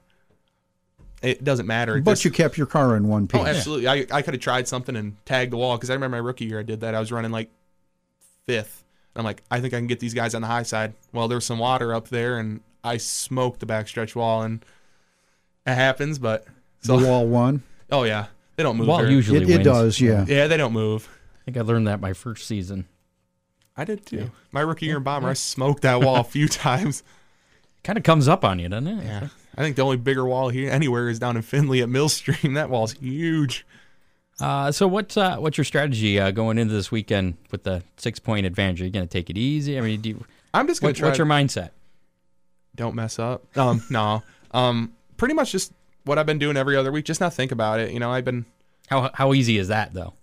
D: it doesn't matter. It
C: But
D: just-
C: you kept your car in one piece.
D: Oh, absolutely. I, I could have tried something and tagged the wall because I remember my rookie year I did that. I was running like fifth. And I'm like, I think I can get these guys on the high side. Well, there was some water up there and I smoked the backstretch wall and it happens, but
C: The wall won.
D: oh yeah, they don't move.
B: Well,
D: very-
B: usually
C: It,
B: wins.
C: it does, yeah.
D: Yeah, they don't move.
B: I think I learned that my first season.
D: I did too. My rookie year in bomber, I smoked that wall a few times.
B: Kind of comes up on you, doesn't it?
D: Yeah. I think the only bigger wall here anywhere is down in Findlay at Millstream. That wall's huge.
B: Uh, so what's uh, what's your strategy uh, going into this weekend with the six point advantage? Are you going to take it easy? I mean, do you,
D: I'm just gonna
B: what,
D: try.
B: what's your mindset?
D: don't mess up. Um, no. Um, pretty much just what I've been doing every other week. Just not think about it. You know, I've been
B: How how easy is that though?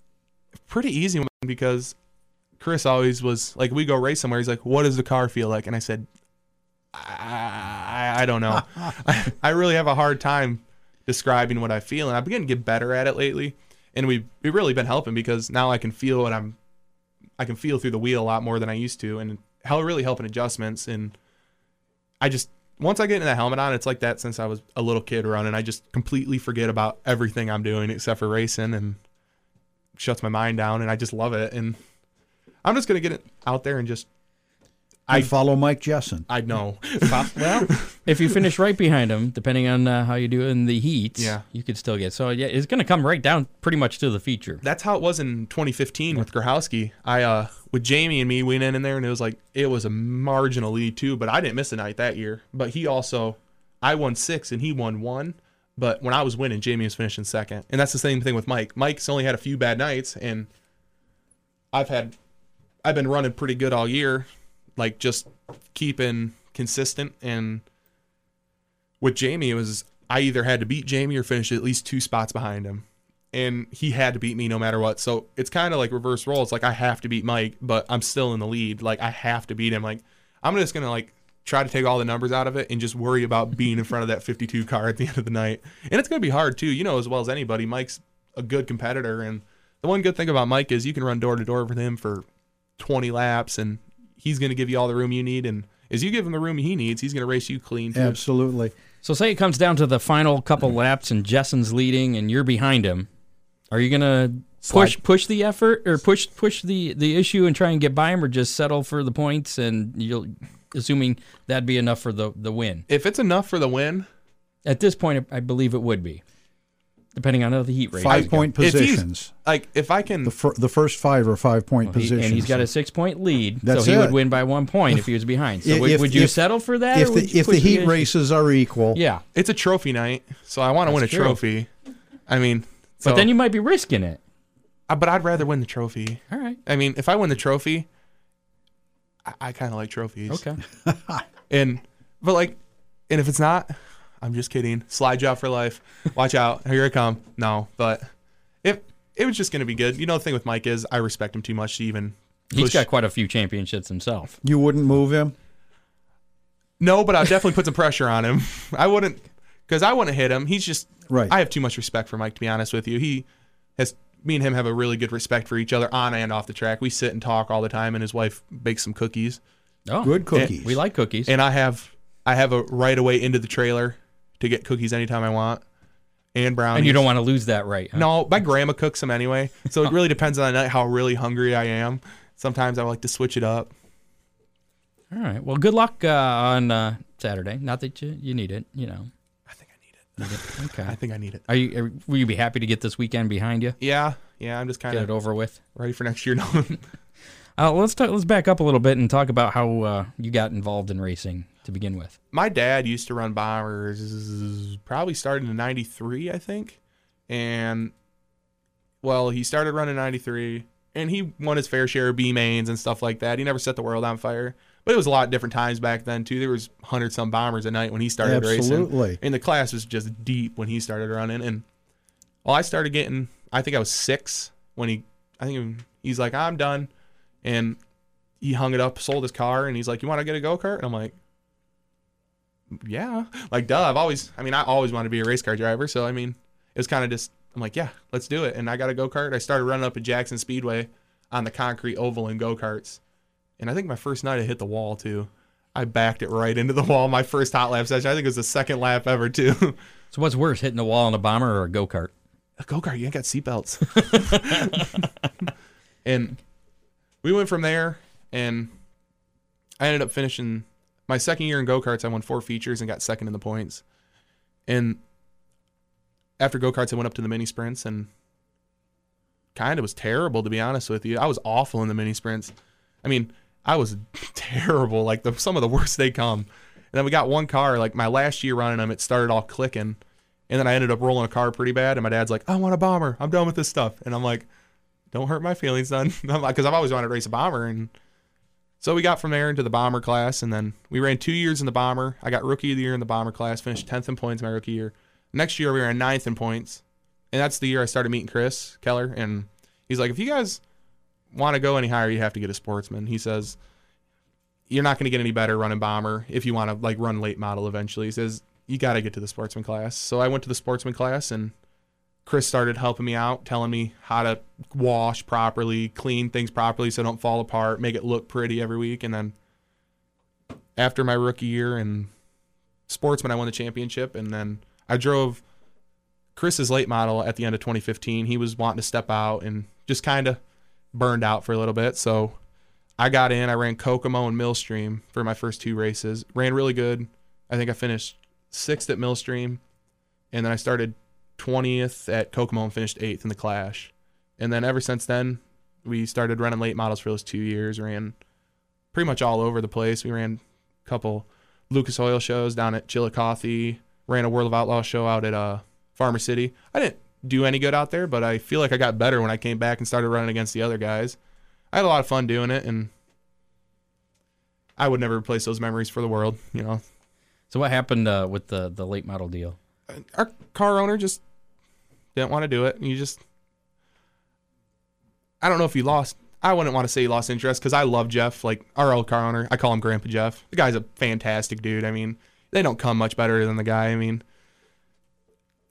D: pretty easy one because Chris always was like, we go race somewhere. He's like, what does the car feel like? And I said, I, I, I don't know. I, I really have a hard time describing what I feel, and I've been to get better at it lately. And we we really been helping because now I can feel what I'm, I can feel through the wheel a lot more than I used to, and hell, really helping adjustments. And I just once I get in that helmet on, it's like that since I was a little kid running. I just completely forget about everything I'm doing except for racing, and shuts my mind down, and I just love it. And I'm just gonna get it out there and just
C: I follow Mike Jessen.
D: I know.
B: well, if you finish right behind him, depending on uh, how you do in the heats,
D: Yeah.
B: you could still get. So yeah, it's going to come right down pretty much to the feature.
D: That's how it was in 2015 with Grahowski. I uh with Jamie and me we went in, in there and it was like it was a marginal lead too, but I didn't miss a night that year. But he also I won 6 and he won 1, but when I was winning Jamie was finishing second. And that's the same thing with Mike. Mike's only had a few bad nights and I've had I've been running pretty good all year, like just keeping consistent and with Jamie it was I either had to beat Jamie or finish at least two spots behind him. And he had to beat me no matter what. So it's kind of like reverse roles. Like I have to beat Mike, but I'm still in the lead. Like I have to beat him. Like I'm just gonna like try to take all the numbers out of it and just worry about being in front of that 52 car at the end of the night. And it's gonna be hard too. You know as well as anybody. Mike's a good competitor, and the one good thing about Mike is you can run door to door with him for 20 laps, and he's gonna give you all the room you need. And as you give him the room he needs, he's gonna race you clean. Too.
C: Absolutely.
B: So say it comes down to the final couple laps and Jessen's leading and you're behind him. Are you gonna push push the effort or push push the the issue and try and get by him or just settle for the points and you'll assuming that'd be enough for the the win.
D: If it's enough for the win,
B: At this point I believe it would be. Depending on how the heat rate
C: Five
B: is.
C: point
D: If he's-
C: positions.
D: Like if I can,
C: The, fir- the first five are five point
B: He-
C: positions.
B: and he's got a six point lead,
C: That's
B: so he would
C: it.
B: win by one point if he was behind. So
C: If-
B: would,
C: if-
B: would you
C: if-
B: settle for that?
C: if
B: or
C: the,
B: would you
C: if the
B: push
C: heat
B: issue?
C: races are equal,
B: yeah.
D: it's a trophy night, so I want to win a
B: That's true.
D: trophy. I mean, so,
B: But then you might be risking it.
D: I- But I'd rather win the trophy.
B: All right.
D: I mean, if I win the trophy, I, I kind of like trophies.
B: Okay.
D: And but like, and if it's not, I'm just kidding. Slide job for life. Watch out. Here I come. No, but if it was just gonna be good. You know, the thing with Mike is I respect him too much to even.
B: He's
D: push-
B: got quite a few championships himself.
C: you wouldn't move him.
D: No, but I'll definitely put some pressure on him. I wouldn't, because I wouldn't hit him. He's just
C: Right.
D: I have too much respect for Mike to be honest with you. He has me and him have a really good respect for each other on and off the track. We sit and talk all the time, and his wife bakes some cookies,
B: Oh,
C: Good cookies.
B: We like cookies.
D: and I have I have a right away into the trailer to get cookies anytime I want, and brownies.
B: and you don't want to lose that right. huh?
D: No, my grandma cooks them anyway, so it really depends on the night how really hungry I am. Sometimes I like to switch it up.
B: All right. Well, good luck uh, on uh, Saturday. Not that you, you need it, you know.
D: I think I need it. I
B: Okay.
D: think I need it.
B: Are you? Are, will you be happy to get this weekend behind you?
D: Yeah, yeah. I'm just kind
B: Get it
D: of
B: over with.
D: ready for next year. No,
B: Uh, let's talk, let's back up a little bit and talk about how uh, you got involved in racing to begin with.
D: my dad used to run bombers probably started in 93 i think and well he started running 93 and he won his fair share of b mains and stuff like that he never set the world on fire but it was a lot of different times back then too there was 100 some bombers a night when he started racing
C: Absolutely.
D: and the class was just deep when he started running and well i started getting i think i was six when he i think he's like i'm done and he hung it up sold his car and he's like you want to get a go-kart and i'm like yeah, like duh. I've always, I mean, I always wanted to be a race car driver. So I mean, it was kind of just, I'm like, yeah, let's do it. And I got a go kart. I started running up at Jackson Speedway on the concrete oval in go karts. And I think my first night I hit the wall too. I backed it right into the wall. My first hot lap session. I think it was the second lap ever too.
B: So what's worse, hitting the wall in a bomber or a go kart?
D: a go kart. You ain't got seatbelts. and we went from there, and I ended up finishing my second year in go karts. I won four features and got second in the points. And after go karts, I went up to the mini sprints and kind of was terrible, to be honest with you. I was awful in the mini sprints. I mean, I was terrible. Like the, some of the worst they come. And then we got one car. Like my last year running them, it started all clicking. And then I ended up rolling a car pretty bad. And my dad's like, I want a bomber. I'm done with this stuff. And I'm like, don't hurt my feelings, son. Because I've always wanted to race a bomber. And so we got from there into the bomber class. And then we ran two years in the bomber. I got rookie of the year in the bomber class, finished 10th in points my rookie year. Next year, we ran ninth in points. And that's the year I started meeting Chris Keller. And he's like, if you guys want to go any higher, you have to get a sportsman. He says, you're not going to get any better running bomber if you want to like run late model eventually. He says you got to get to the sportsman class. So I went to the sportsman class and Chris started helping me out, telling me how to wash properly, clean things properly so they don't fall apart, make it look pretty every week. And then after my rookie year in sportsman, I won the championship. And then I drove Chris's late model at the end of 2015. He was wanting to step out and just kind of burned out for a little bit. So I got in. I ran Kokomo and Millstream for my first two races. Ran really good. I think I finished sixth at Millstream, and then I started twentieth at Kokomo and finished eighth in the Clash. And then ever since then, we started running late models for those two years. Ran pretty much all over the place. We ran a couple Lucas Oil shows down at Chillicothe. Ran a World of Outlaw show out at uh, Farmer City. I didn't do any good out there, but I feel like I got better when I came back and started running against the other guys. I had a lot of fun doing it, and I would never replace those memories for the world. You know,
B: So what happened uh, with the the late model deal?
D: our car owner just didn't want to do it. You just, I don't know if he lost. I wouldn't want to say he lost interest because I love Jeff, like our old car owner. I call him Grandpa Jeff. The guy's a fantastic dude. I mean, they don't come much better than the guy. I mean,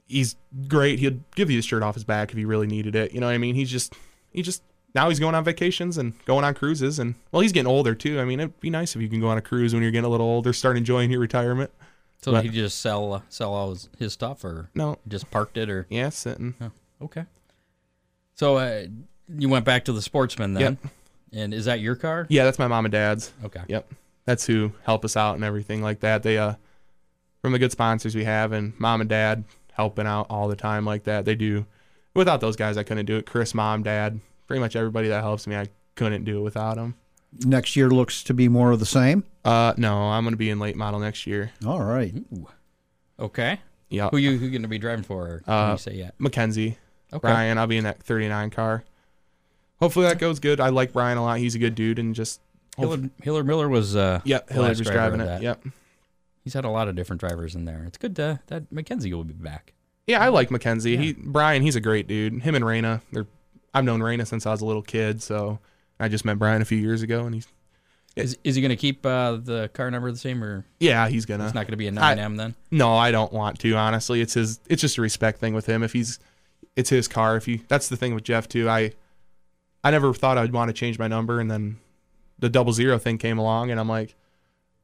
D: he's great. He'd give you his shirt off his back if he really needed it. You know what I mean? He's just, he just, now he's going on vacations and going on cruises. And, well, he's getting older too. I mean, it'd be nice if you can go on a cruise when you're getting a little older, start enjoying your retirement.
B: So
D: But-
B: did he just sell uh, sell all his, his stuff, or
D: No.
B: just parked it, or
D: Yeah, sitting.
B: Oh, okay? So uh, you went back to the sportsman then, and is that your car?
D: Yeah, that's my mom and dad's.
B: Okay.
D: Yep. That's who help us out and everything like that. They uh from the good sponsors we have and mom and dad helping out all the time like that. They do without those guys I couldn't do it. Chris, mom, dad, pretty much everybody that helps me I couldn't do it without them.
C: Next year looks to be more of the same.
D: Uh no, I'm going to be in late model next year.
C: All right.
B: Okay.
D: Yeah.
B: Who you who going to be driving for? Or can
D: Uh,
B: you say yet?
D: Mackenzie,
B: Okay.
D: Brian, I'll be in that 39 car. Hopefully that goes good. I like Brian a lot. He's a good dude and just
B: Hillard, Hillard Miller was uh,
D: Yep,
B: the
D: Hillary
B: last
D: was
B: driver
D: driving
B: of
D: it.
B: that.
D: Yep.
B: He's had a lot of different drivers in there. It's good to, that Mackenzie will be back.
D: Yeah, I like Mackenzie. He Brian, he's a great dude. Him and Raina, they're I've known Raina since I was a little kid, so I just met Brian a few years ago and he's Yeah.
B: Is is he going to keep uh, the car number the same, or
D: yeah, he's gonna
B: it's not going to be a
D: I-
B: nine M then?
D: No, I don't want to, honestly. It's his it's just a respect thing with him. If he's it's his car. If you that's the thing with Jeff too. I I never thought I'd want to change my number and then the double zero thing came along and I'm like,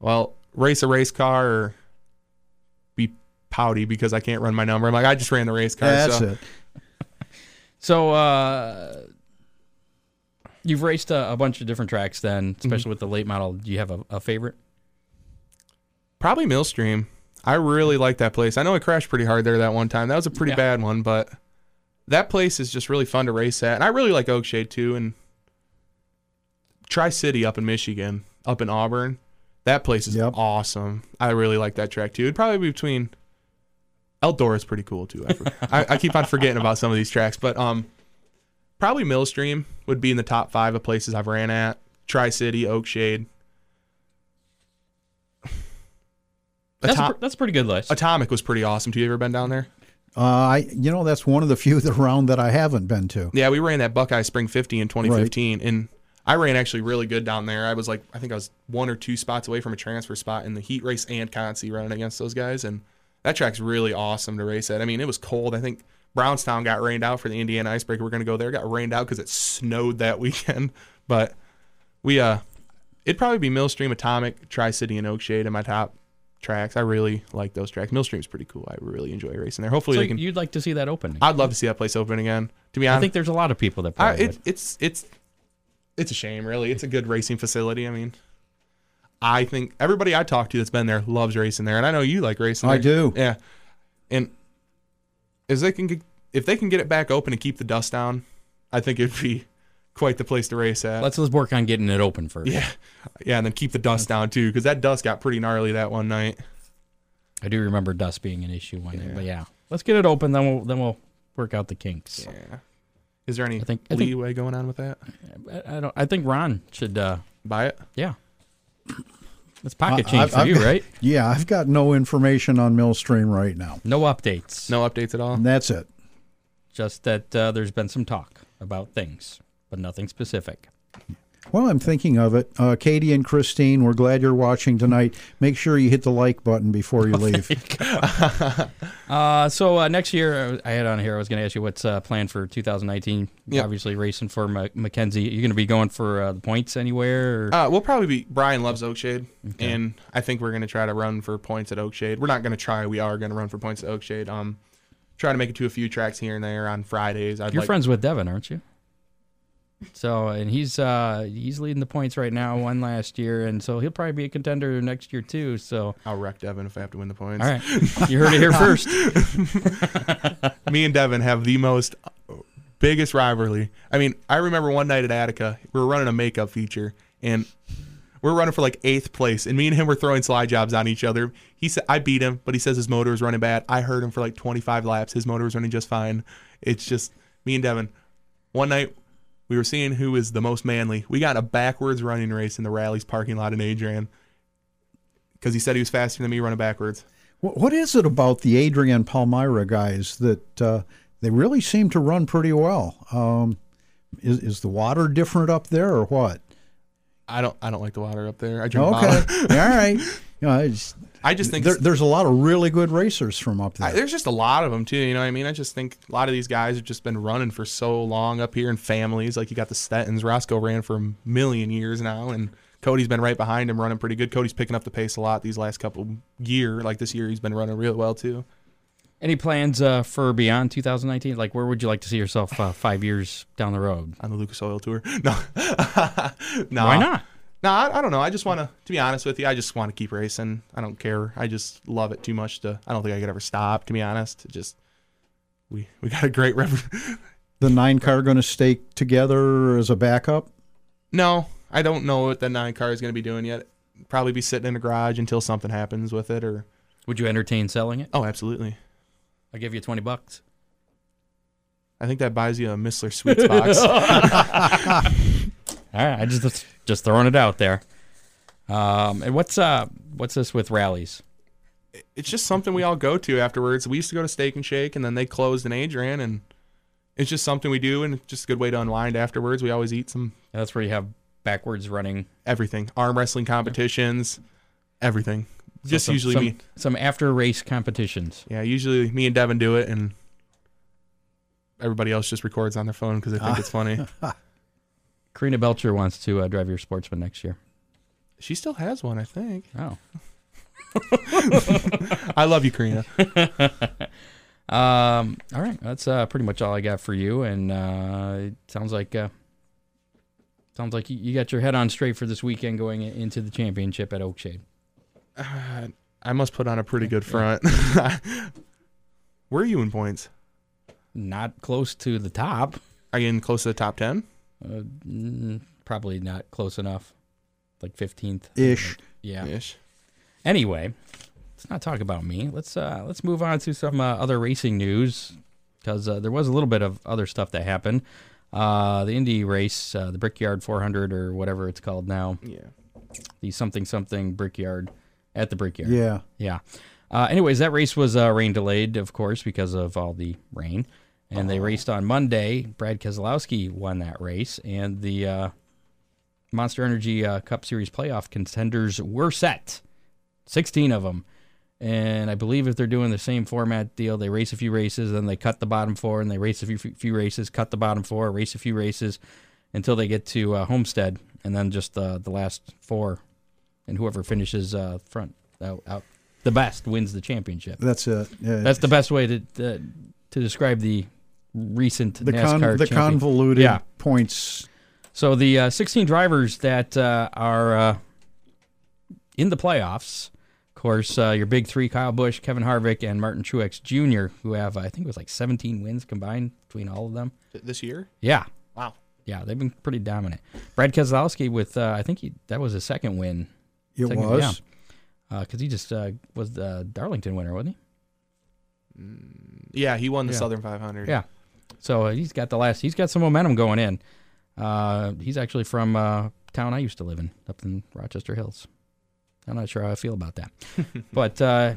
D: Well, race a race car or be pouty because I can't run my number. I'm like, I just ran the race car.
C: That's
D: so
C: it.
B: So uh, you've raced a, a bunch of different tracks then,
D: Mm-hmm.
B: especially with the late model. Do you have a, a favorite?
D: Probably Millstream. I really like that place. I know I crashed pretty hard there that one time. That was a pretty
B: Yeah.
D: bad one, but that place is just really fun to race at. And I really like Oakshade too and Tri City up in Michigan, up in Auburn. That place is
C: Yep.
D: awesome. I really like that track too. It'd probably be between Eldora is pretty cool too. I, for- I, I keep on forgetting about some of these tracks, but um, probably Millstream would be in the top five of places I've ran at. Tri City, Oakshade.
B: That's,
D: Atom-
B: a, pr- that's a pretty good list.
D: Atomic was pretty awesome. too. you ever been down there?
C: Uh, I, you know, that's one of the few the round that I haven't been to.
D: Yeah, we ran that Buckeye Spring 50 in 2015, and I ran actually really good down there. I was like, I think I was one or two spots away from a transfer spot in the heat race and Concy running against those guys, and that track's really awesome to race at. I mean, it was cold. I think Brownstown got rained out for the Indiana Icebreaker. We're gonna go there. It Got rained out because it snowed that weekend, but we uh, it'd probably be Millstream, Atomic, Tri City, and Oakshade in my top tracks. I really like those tracks. Millstream's pretty cool. I really enjoy racing there. Hopefully
B: so
D: they can.
B: you'd like to see that open. I,
D: I'd love to see that place open again. To be honest,
B: think there's a lot of people that
D: I,
B: probably
D: it, it's it's it's a shame, really. It's a good racing facility. I mean, I think everybody I talk to that's been there loves racing there, and I know you like racing.
C: I
D: there.
C: do.
D: Yeah, and if they can get, if they can get it back open and keep the dust down, I think it'd be quite the place to race at.
B: would. Let's let's work on getting it open first.
D: yeah, yeah, and then keep the dust down too, because that dust got pretty gnarly that one night.
B: I do remember dust being an issue one day, but yeah, let's get it open. Then we'll then we'll work out the kinks.
D: Yeah. Is there
B: I
D: any
B: think- I think-
D: leeway going on with that?
B: I, I don't. I think Ron should. Uh,
D: Buy it.
B: yeah, that's pocket
C: I-
B: change
C: I've-
B: for
C: I've
B: you,
C: got-
B: right?
C: Yeah, I've got no information on Millstream right now.
B: No updates.
D: No updates at all.
C: And that's it.
B: Just that uh, there's been some talk about things, but nothing specific.
C: Well, I'm thinking of it. Uh, Katie and Christine, we're glad you're watching tonight. Make sure you hit the like button before you leave.
B: Uh, so uh, next year, I I had on here. I was going to ask you what's uh, planned for 2019.
D: Yeah.
B: Obviously, racing for M- Mackenzie. You're going to be going for uh, the points anywhere? Or?
D: Uh, we'll probably be Brian loves Oakshade, and I think we're gonna try to run for points at Oakshade. We're not gonna try. We are gonna run for points at Oakshade. Um, try to make it to a few tracks here and there on Fridays. I'd
B: You're
D: like,
B: friends with Devin, aren't you? So and he's uh, he's leading the points right now, one last year, and so he'll probably be a contender next year too. So
D: I'll wreck Devin if I have to win the points.
B: all right, you heard it here first.
D: Me and Devin have the most biggest rivalry. I mean, I remember one night at Attica, we were running a makeup feature and we we're running for like eighth place, and me and him were throwing slide jobs on each other. He said I beat him, but he says his motor was running bad. I heard him for like 25 laps. His motor was running just fine. It's just me and Devin. One night we were seeing who is the most manly. We got in a backwards running race in the rally's parking lot in Adrian because he said he was faster than me running backwards.
C: Wh- What is it about the Adrian Palmyra guys that uh, they really seem to run pretty well? Um, is, is the water different up there or what?
D: I don't. I don't like the water up there. I drink.
C: Okay,
D: bottled.
C: all right. You know, it's-
D: I just think
C: there, there's a lot of really good racers from up
D: I,
C: there.
D: there's just a lot of them too. You know what I mean? I just think a lot of these guys have just been running for so long up here in families. Like you got the Stettins. Roscoe ran for a million years now, and Cody's been right behind him, running pretty good. Cody's picking up the pace a lot these last couple year. Like this year, he's been running real well too.
B: Any plans uh, for beyond 2019? Like, where would you like to see yourself uh, five years down the road?
D: on the Lucas Oil Tour. No, no.
B: Why not?
D: No, I, I don't know. I just want to, to be honest with you, I just want to keep racing. I don't care. I just love it too much to. I don't think I could ever stop. To be honest, It just we we got a great rep.
C: the nine car going to stay together as a backup?
D: no, I don't know what that nine car is going to be doing yet. Probably be sitting in a garage until something happens with it, or
B: Would you entertain selling it?
D: oh, absolutely.
B: I'll give you 20 bucks.
D: I think that buys you a Missler Sweets box.
B: All right, I just just throwing it out there. Um, and what's uh what's this with rallies?
D: it's just something we all go to afterwards. We used to go to Steak and Shake, and then they closed in Adrian, and it's just something we do, and it's just a good way to unwind afterwards. We always eat some
B: That's where you have backwards running.
D: everything, arm wrestling competitions, everything. Just
B: some-
D: usually
B: some,
D: me,
B: some after race competitions.
D: yeah. Usually me and Devin do it, and everybody else just records on their phone because they think it's funny.
B: Karina Belcher wants to uh, drive your sportsman next year.
D: She still has one, I think.
B: Oh,
D: I love you, Karina.
B: um, all right, that's uh, pretty much all I got for you. And uh, it sounds like uh, sounds like you, you got your head on straight for this weekend going i- into the championship at Oakshade.
D: Uh, I must put on a pretty good front. Where are you in points?
B: Not close to the top,
D: Are you in close to the top ten?
B: uh, mm, probably not close enough, like fifteenth
C: Ish.
B: Yeah.
D: Ish.
B: Anyway, let's not talk about me. Let's uh, let's move on to some uh, other racing news because uh, there was a little bit of other stuff that happened. Uh, the Indy race, uh, the Brickyard 400 or whatever it's called now,
D: Yeah.
B: the something something Brickyard at the Brickyard.
C: Yeah.
B: Yeah. Uh, anyways, that race was uh, rain delayed, of course, because of all the rain. And they raced on Monday. Brad Keselowski won that race, and the uh, Monster Energy uh, Cup Series playoff contenders were set. 16 of them. And I believe if they're doing the same format deal, they race a few races, then they cut the bottom four, and they race a few, few races, cut the bottom four, race a few races until they get to uh, Homestead, and then just uh, the last four and whoever finishes uh, front out, out the best wins the championship.
C: That's it. Yeah.
B: That's the best way to to, to describe the recent
C: the
B: NASCAR
C: con- the
B: champion-
C: convoluted
B: Yeah.
C: points.
B: So the uh, 16 drivers that uh, are uh, in the playoffs, of course, uh, your big three: Kyle Busch, Kevin Harvick, and Martin Truex Jr., who have I think it was like 17 wins combined between all of them.
D: This year?
B: Yeah,
D: Wow.
B: yeah, they've been pretty dominant. Brad Keselowski with uh, I think he, that was his second win
C: It
B: Second,
C: was.
B: because he just uh, was the Darlington winner, wasn't he?
D: Yeah, he won the
B: Yeah.
D: Southern 500.
B: Yeah. So uh, he's got the last. He's got some momentum going in. Uh, he's actually from uh, town I used to live in, up in Rochester Hills. I'm not sure how I feel about that, but uh,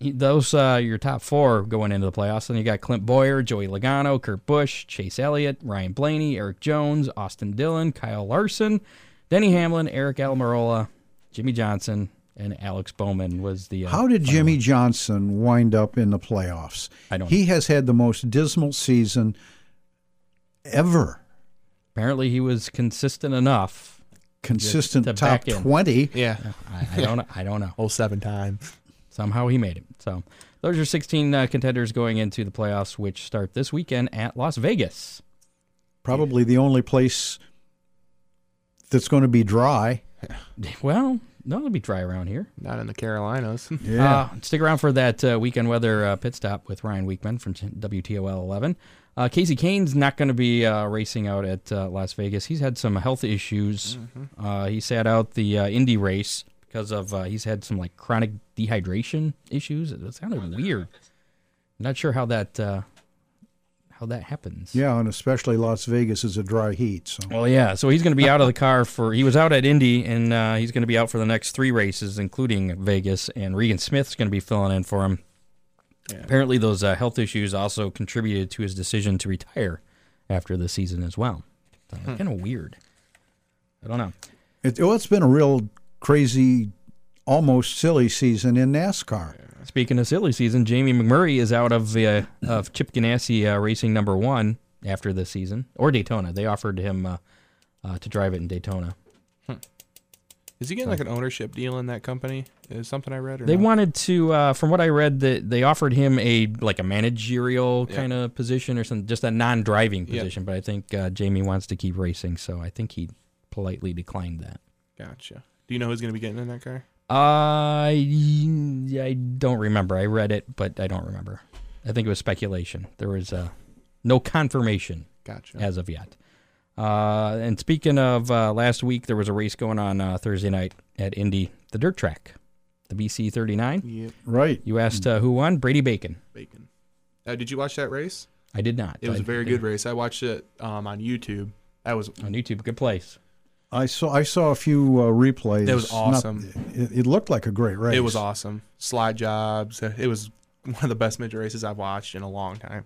B: he- those uh, your top four going into the playoffs. Then you got Clint Boyer, Joey Logano, Kurt Busch, Chase Elliott, Ryan Blaney, Eric Jones, Austin Dillon, Kyle Larson, Denny Hamlin, Eric Almirola, Jimmy Johnson, and Alex Bowman was the. Uh,
C: How did
B: final
C: Jimmy Johnson wind up in the playoffs?
B: I don't
C: He has had the most dismal season ever.
B: Apparently, he was consistent enough.
C: Consistent
B: to
C: top
B: back in.
C: twenty.
D: Yeah.
B: I, I don't. I don't know.
D: Oh, seven time.
B: somehow he made it. So those are 16 uh, contenders going into the playoffs, which start this weekend at Las Vegas.
C: Probably the only place that's going to be dry.
B: Well, no, it'll be dry around here.
D: Not in the Carolinas.
B: Uh, stick around for that uh, weekend weather uh, pit stop with Ryan Weekman from WTOL 11. Uh, Casey Kane's not going to be uh, racing out at uh, Las Vegas. He's had some health issues. Uh, he sat out the uh, Indy race because of uh, he's had some like chronic dehydration issues. It sounded weird. Not sure how that uh, how that happens.
C: Yeah, and especially Las Vegas is a dry heat. So
B: Well, yeah. So he's going to be out of the car for. He was out at Indy, and uh, he's going to be out for the next three races, including Vegas. And Regan Smith's going to be filling in for him. Apparently, those uh, health issues also contributed to his decision to retire after the season as well. Kind of weird. I don't know.
C: it, well, it's been a real crazy, almost silly season in NASCAR.
B: Speaking of silly season, Jamie McMurray is out of uh, of Chip Ganassi uh, Racing Number One after this season, or Daytona. They offered him uh, uh, to drive it in Daytona.
D: Is he getting like an ownership deal in that company? Is something I read? Or
B: They
D: no?
B: wanted to, uh, from what I read, that they offered him a like a managerial kind of position or something, just a non-driving
D: Yeah.
B: position. But I think uh, Jamie wants to keep racing, so I think he politely declined that.
D: Gotcha. Do you know who's going to be getting in that car?
B: I I don't remember. I read it, but I don't remember. I think it was speculation. There was uh, no confirmation
D: Gotcha.
B: as of yet. Uh, and speaking of uh, last week, there was a race going on uh, Thursday night at Indy, the dirt track, the BC 39.
D: Yep.
C: Right.
B: You asked uh, who won? Brady Bacon.
D: Bacon. Uh, did you watch that race?
B: I did not.
D: It was
B: I-
D: a very good race. I watched it um, on YouTube. That was
B: on YouTube. Good place.
C: I saw I saw a few uh, replays.
D: That was
C: Not-
D: awesome.
C: it, it looked like a great race.
D: it was awesome. Slide jobs. It was one of the best midget races I've watched in a long time.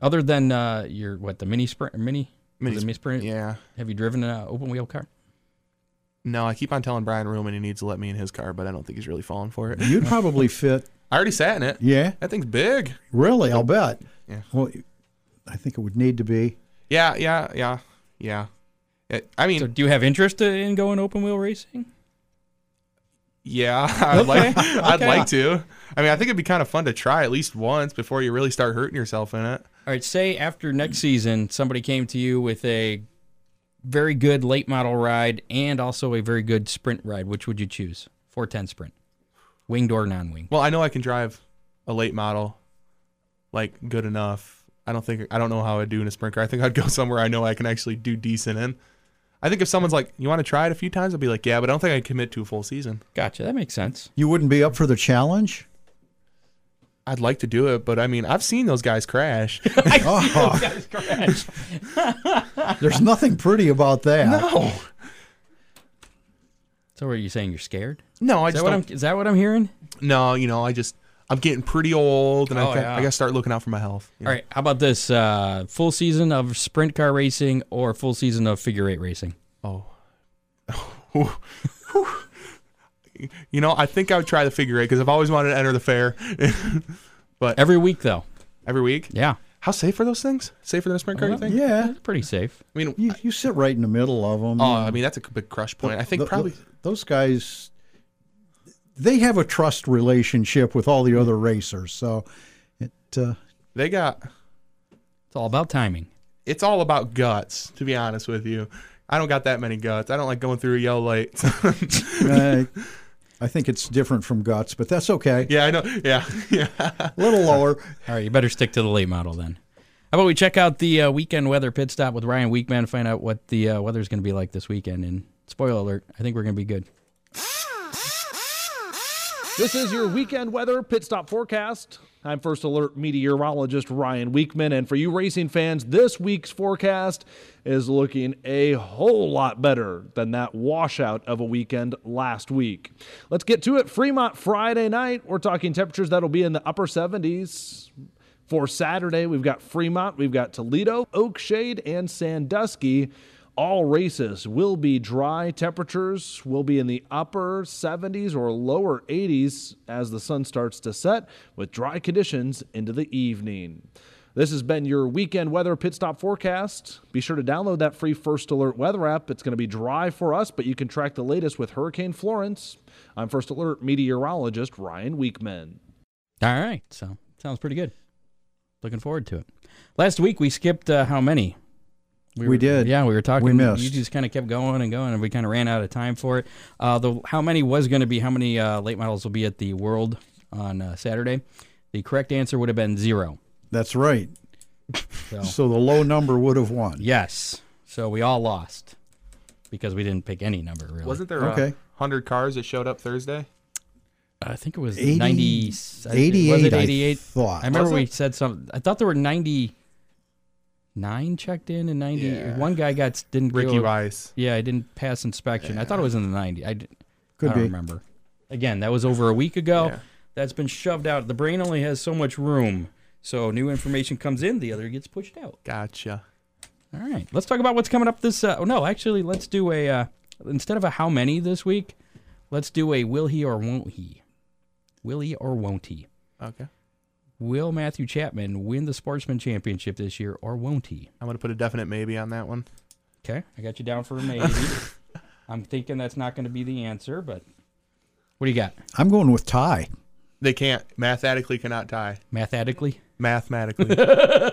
B: Other than uh, your what the mini sprint, mini
D: Mini
B: was it mini sprint.
D: Yeah.
B: Have you driven an uh, open wheel car?
D: No, I keep on telling Brian Ruman he needs to let me in his car, but I don't think he's really falling for it.
C: You'd probably fit.
D: I already sat in it.
C: Yeah,
D: That thing's big.
C: really. I'll bet.
D: Yeah.
C: Well, I think it would need to be.
D: Yeah, yeah, yeah, yeah. It, I mean,
B: So do you have interest in going open wheel racing?
D: yeah, I'd like, I'd
B: okay.
D: like to. I mean, I think it'd be kind of fun to try at least once before you really start hurting yourself in it.
B: All right. Say after next season, somebody came to you with a very good late model ride and also a very good sprint ride. Which would you choose? Four ten sprint, winged or non winged?
D: Well, I know I can drive a late model, like good enough. I don't think I don't know how I'd do in a sprint car. I think I'd go somewhere I know I can actually do decent in. I think if someone's like, "You want to try it a few times?" I'll be like, "Yeah," but I don't think I'd commit to a full season.
B: Gotcha. That makes sense.
C: You wouldn't be up for the challenge.
D: I'd like to do it, but I mean, I've seen those guys crash.
C: Oh, there's nothing pretty about that.
D: no,
B: So what are you saying? You're scared?
D: no, I
B: Is that
D: just
B: what
D: don't.
B: I'm? Is that what I'm hearing?
D: No, you know, I just I'm getting pretty old, and I,
B: Oh,
D: got-
B: yeah.
D: I gotta start looking out for my health. you
B: All
D: know.
B: right. How about this? Uh, full season of sprint car racing or full season of figure eight racing?
D: Oh. you know, I think I would try the figure eight because I've always wanted to enter the fair
B: Every week, though.
D: every week.
B: Yeah.
D: How safe are those things? Safer than a sprint car? You think?
C: Uh-huh. Yeah,
B: That's pretty safe.
D: I mean,
C: you, you sit right in the middle of them.
D: oh, I mean that's a big crush point. I think probably.
C: those guys. They have a trust relationship with all the other racers, so it. Uh,
D: They got
B: It's all about timing.
D: it's all about guts, to be honest with you. I don't got that many guts. I don't like going through a yellow light.
B: Uh,
C: I, I think it's different from guts, but that's okay.
D: yeah, I know. Yeah, yeah.
C: A little lower.
B: All right. You better stick to the late model then. How about we check out the uh, weekend weather pit stop with Ryan Weekman, find out what the uh, weather's going to be like this weekend. And spoiler alert, I think we're going to be good.
E: This is your weekend weather pit stop forecast. I'm First Alert meteorologist Ryan Weekman, and for you racing fans, this week's forecast is looking a whole lot better than that washout of a weekend last week. Let's get to it. Fremont Friday night, we're talking temperatures that'll be in the upper 70s. For Saturday, we've got Fremont, we've got Toledo, Oakshade, and Sandusky. All races will be dry. Temperatures will be in the upper 70s or lower 80s as the sun starts to set, with dry conditions into the evening. This has been your weekend weather pit stop forecast. Be sure to download that free First Alert weather app. It's going to be dry for us, but you can track the latest with Hurricane Florence. I'm First Alert meteorologist Ryan Weekman.
B: All right. So sounds pretty good. Looking forward to it. Last week we skipped uh, how many?
C: We,
B: were-
C: did.
B: Yeah, we were talking.
C: We missed.
B: You just kind of kept going and going, and we kind of ran out of time for it. Uh, the how many was going to be how many uh, late models will be at the World on uh, Saturday? The correct answer would have been zero.
C: That's right.
B: So
C: So the low number would have won.
B: yes, so we all lost because we didn't pick any number. Really,
D: Wasn't there
C: Okay.
D: okay. hundred cars that showed up Thursday?
B: I think it was
C: 80
B: ninety. Was it
C: 88, I
B: eighty-eight?
C: thought.
B: I remember
D: Was
B: we
D: it?
B: said something. I thought there were ninety-nine checked in and ninety.
D: Yeah.
B: One guy got didn't
D: Ricky
B: go-
D: Rice.
B: Yeah, I didn't pass inspection. I thought it was in the 90. I, d-
C: Could
B: I don't
C: be.
B: remember. Again, that was over a week ago.
D: Yeah.
B: That's been shoved out. The brain only has so much room. So new information comes in, the other gets pushed out.
D: Gotcha.
B: All right. Let's talk about what's coming up this uh, oh no, actually let's do a uh, instead of a how many this week, let's do a will he or won't he. Will he or won't he?
D: Okay.
B: Will Matthew Chapman win the sportsman championship this year or won't he?
D: I'm gonna put a definite maybe on that one.
B: Okay, I got you down for a maybe. I'm thinking that's not going to be the answer, but what do you got?
C: I'm going with tie.
D: They can't mathematically cannot tie.
B: Mathematically,
D: Mathematically,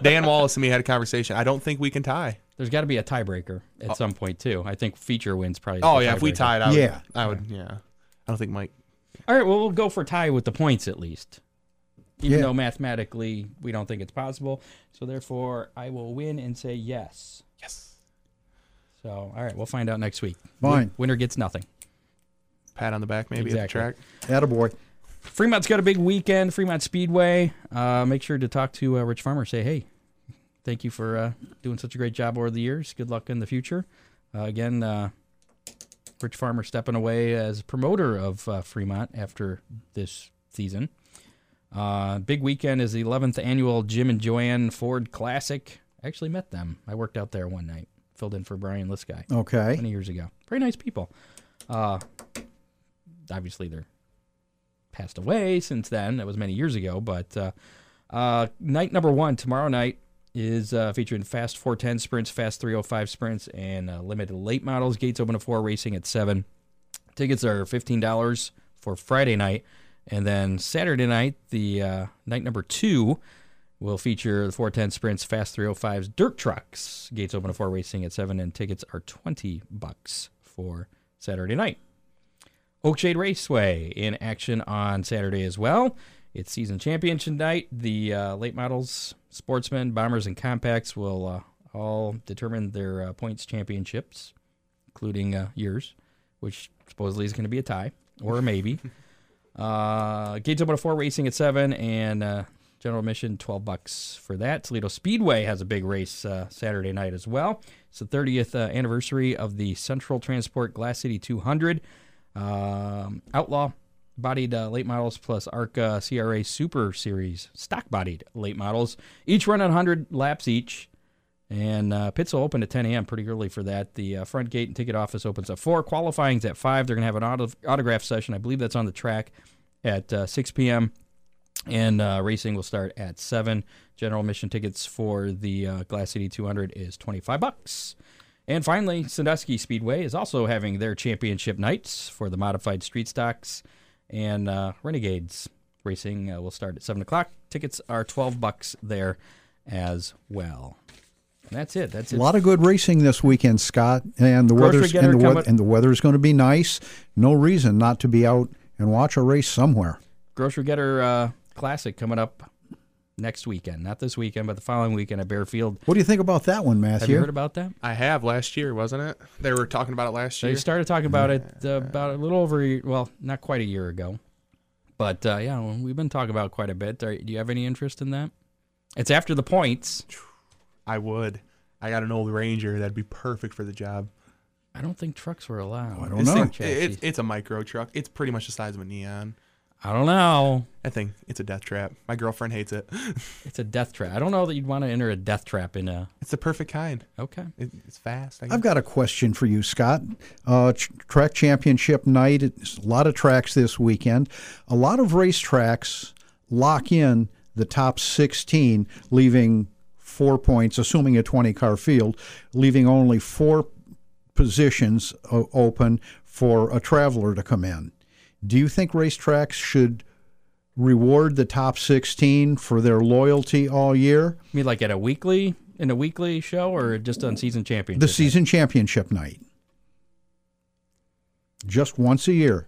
D: Dan Wallace and me had a conversation. I don't think we can tie.
B: there's got to be a tiebreaker at some point too. I think feature wins probably.
D: Oh
B: the
D: yeah, if we
B: tiebreaker.
D: tied, I would,
C: Yeah.
D: I would. Yeah, I don't think Mike.
B: All right, well we'll go for tie with the points at least. Even
C: Yeah.
B: though mathematically we don't think it's possible, so therefore I will win and say yes.
D: Yes.
B: So all right, we'll find out next week.
C: Fine.
B: Winner gets nothing.
D: Pat on the back maybe at the
B: Exactly.
D: track.
C: Attaboy.
B: Fremont's got a big weekend. Fremont Speedway. Uh, make sure to talk to uh, Rich Farmer. Say hey, thank you for uh, doing such a great job over the years. Good luck in the future. Uh, again, uh, Rich Farmer stepping away as promoter of uh, Fremont after this season. Uh, big weekend is the 11th annual Jim and Joanne Ford Classic. I actually met them. I worked out there one night, filled in for Brian Lisky
C: Okay.
B: many years ago. Very nice people. Uh, obviously, they're passed away since then. That was many years ago. But uh, uh, night number one tomorrow night is uh, featuring fast 410 sprints, fast 305 sprints, and uh, limited late models. Gates open at four, racing at seven. Tickets are fifteen dollars for Friday night, and then Saturday night, the uh, night number two will feature the 410 sprints, fast 305s, dirt trucks. Gates open at four, racing at seven, and tickets are twenty bucks for Saturday night. Oakshade Raceway in action on Saturday as well. It's season championship night. The uh, late models, sportsmen, bombers, and compacts will uh, all determine their uh, points championships, including uh, yours, which supposedly is going to be a tie or a maybe. uh, Gates open at four, racing at seven, and uh, general admission twelve bucks for that. Toledo Speedway has a big race uh, Saturday night as well. It's the thirtieth uh, anniversary of the Central Transport Glass City 200 um, outlaw bodied uh, late models plus ARCA CRA Super Series stock bodied late models. Each run at 100 laps each. And uh, pits will open at 10 a.m. pretty early for that. The uh, front gate and ticket office opens at 4. Qualifying's at 5. They're going to have an auto- autograph session. I believe that's on the track at uh, 6 p.m. And uh, racing will start at 7. General admission tickets for the uh, Glass City 200 is 25 bucks. And finally, Sandusky Speedway is also having their championship nights for the modified street stocks and uh, renegades racing. Uh, will start at seven o'clock. Tickets are twelve bucks there as well. And that's it. That's
C: A
B: it.
C: lot of good racing this weekend, Scott, and the
B: Grocery
C: weather's
B: getter
C: and the,
B: coming-
C: weather, and the weather's going to be nice. No reason not to be out and watch a race somewhere.
B: Grocery Getter uh, Classic coming up next weekend. Not this weekend, but the following weekend at Bearfield.
C: What do you think about that one,
B: Have
C: Matthew?
B: you heard about that?
D: I have last year, wasn't it? They were talking about it last
B: They
D: year.
B: started talking about it uh, about a little over, a- well, not quite a year ago, but uh, yeah, well, we've been talking about it quite a bit. Are, do you have any interest in that? It's after the points.
D: I would. I got an old Ranger that'd be perfect for the job.
B: I don't think trucks were allowed.
C: Oh, I don't
D: This
C: know.
D: thing- it-
B: Chassis.
D: it- it's a micro truck. It's pretty much the size of a neon.
B: I don't know.
D: I think it's a death trap. My girlfriend hates it.
B: It's a death trap. I don't know that you'd want to enter a death trap in a.
D: It's the perfect kind.
B: Okay.
D: It, it's fast. I guess.
C: I've got a question for you, Scott. Uh, tr- track championship night. It's a lot of tracks this weekend. A lot of race tracks lock in the top 16, leaving four points, assuming a 20 car field, leaving only four positions o- open for a traveler to come in. Do you think racetracks should reward the top 16 for their loyalty all year?
B: I mean, like at a weekly in a weekly show or just on season championship?
C: The season championship night. Just once a year.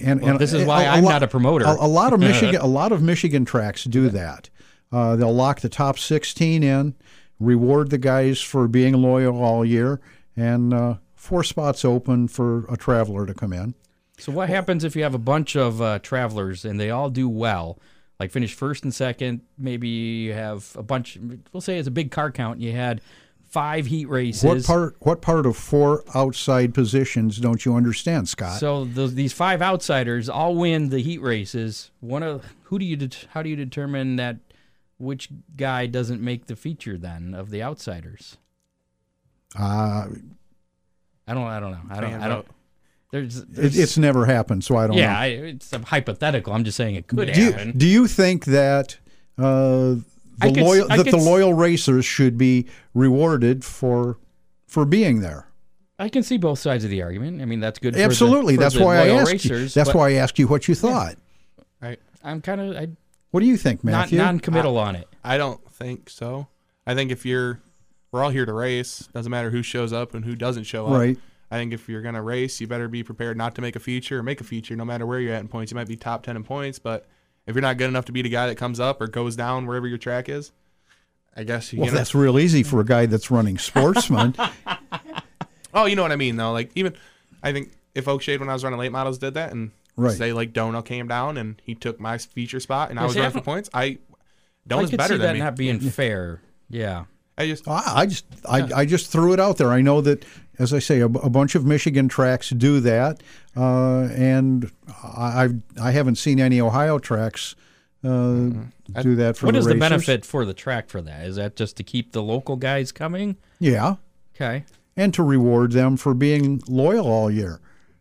C: And,
B: Uh, Well, this is why
C: i
B: I'm not a promoter.
C: A, a lot of Michigan, a lot of Michigan tracks do that. Uh, they'll lock the top 16 in, reward the guys for being loyal all year, and uh, four spots open for a traveler to come in.
B: So what happens if you have a bunch of uh, travelers and they all do well, like finish first and second? Maybe you have a bunch. We'll say it's a big car count. And you had five heat races.
C: What part? What part of four outside positions don't you understand, Scott?
B: So those, these five outsiders all win the heat races. One of who do you det- how do you determine that which guy doesn't make the feature then of the outsiders?
C: uh,
B: I don't I don't know. I don't I don't. There's,
C: it,
B: there's
C: it's never happened, so I don't
B: yeah,
C: know.
B: I, it's a hypothetical. I'm just saying it could
C: do you,
B: happen.
C: do you think that uh,
B: I
C: the
B: could s-
C: loyal
B: I
C: that
B: could
C: the
B: s-
C: loyal racers should be rewarded for for being there?
B: I can see both sides of the argument. I mean, that's good.
C: Absolutely.
B: For the, for
C: That's
B: the
C: why I
B: loyal
C: asked you.
B: racers,
C: That's
B: but
C: why I asked you what you thought.
D: Right.
B: I'm kind of
C: What do you think,
B: not
C: Matthew?
B: non-committal on it.
D: I don't think so. I think if you're, we're all here to race. Doesn't matter who shows up and who doesn't show up.
C: Right.
D: I think if you're gonna race, you better be prepared not to make a feature or make a feature, no matter where you're at in points. You might be top ten in points, but if you're not good enough to be the guy that comes up or goes down wherever your track is, I guess you.
C: well,
D: gonna-
C: that's real easy for a guy that's running sportsman.
D: Oh, you know what I mean though. Like even, I think if Oakshade when I was running late models did that and
C: Right.
D: say like Dona came down and he took my feature spot and I
B: Yeah,
D: was
B: see, I
D: running for
B: don't-
D: points, I
B: I
D: Dona's
B: could
D: better
B: see
D: than
B: that
D: me.
B: not being fair. Yeah.
D: I just
C: I, I just I, I just threw it out there. I know that, as I say, a, b- a bunch of Michigan tracks do that, uh, and I I've, I haven't seen any Ohio tracks uh, do that for
B: What
C: the
B: is the
C: racers.
B: benefit for the track for that? Is that just to keep the local guys coming?
C: Yeah,
B: Okay.
C: and to reward them for being loyal all year.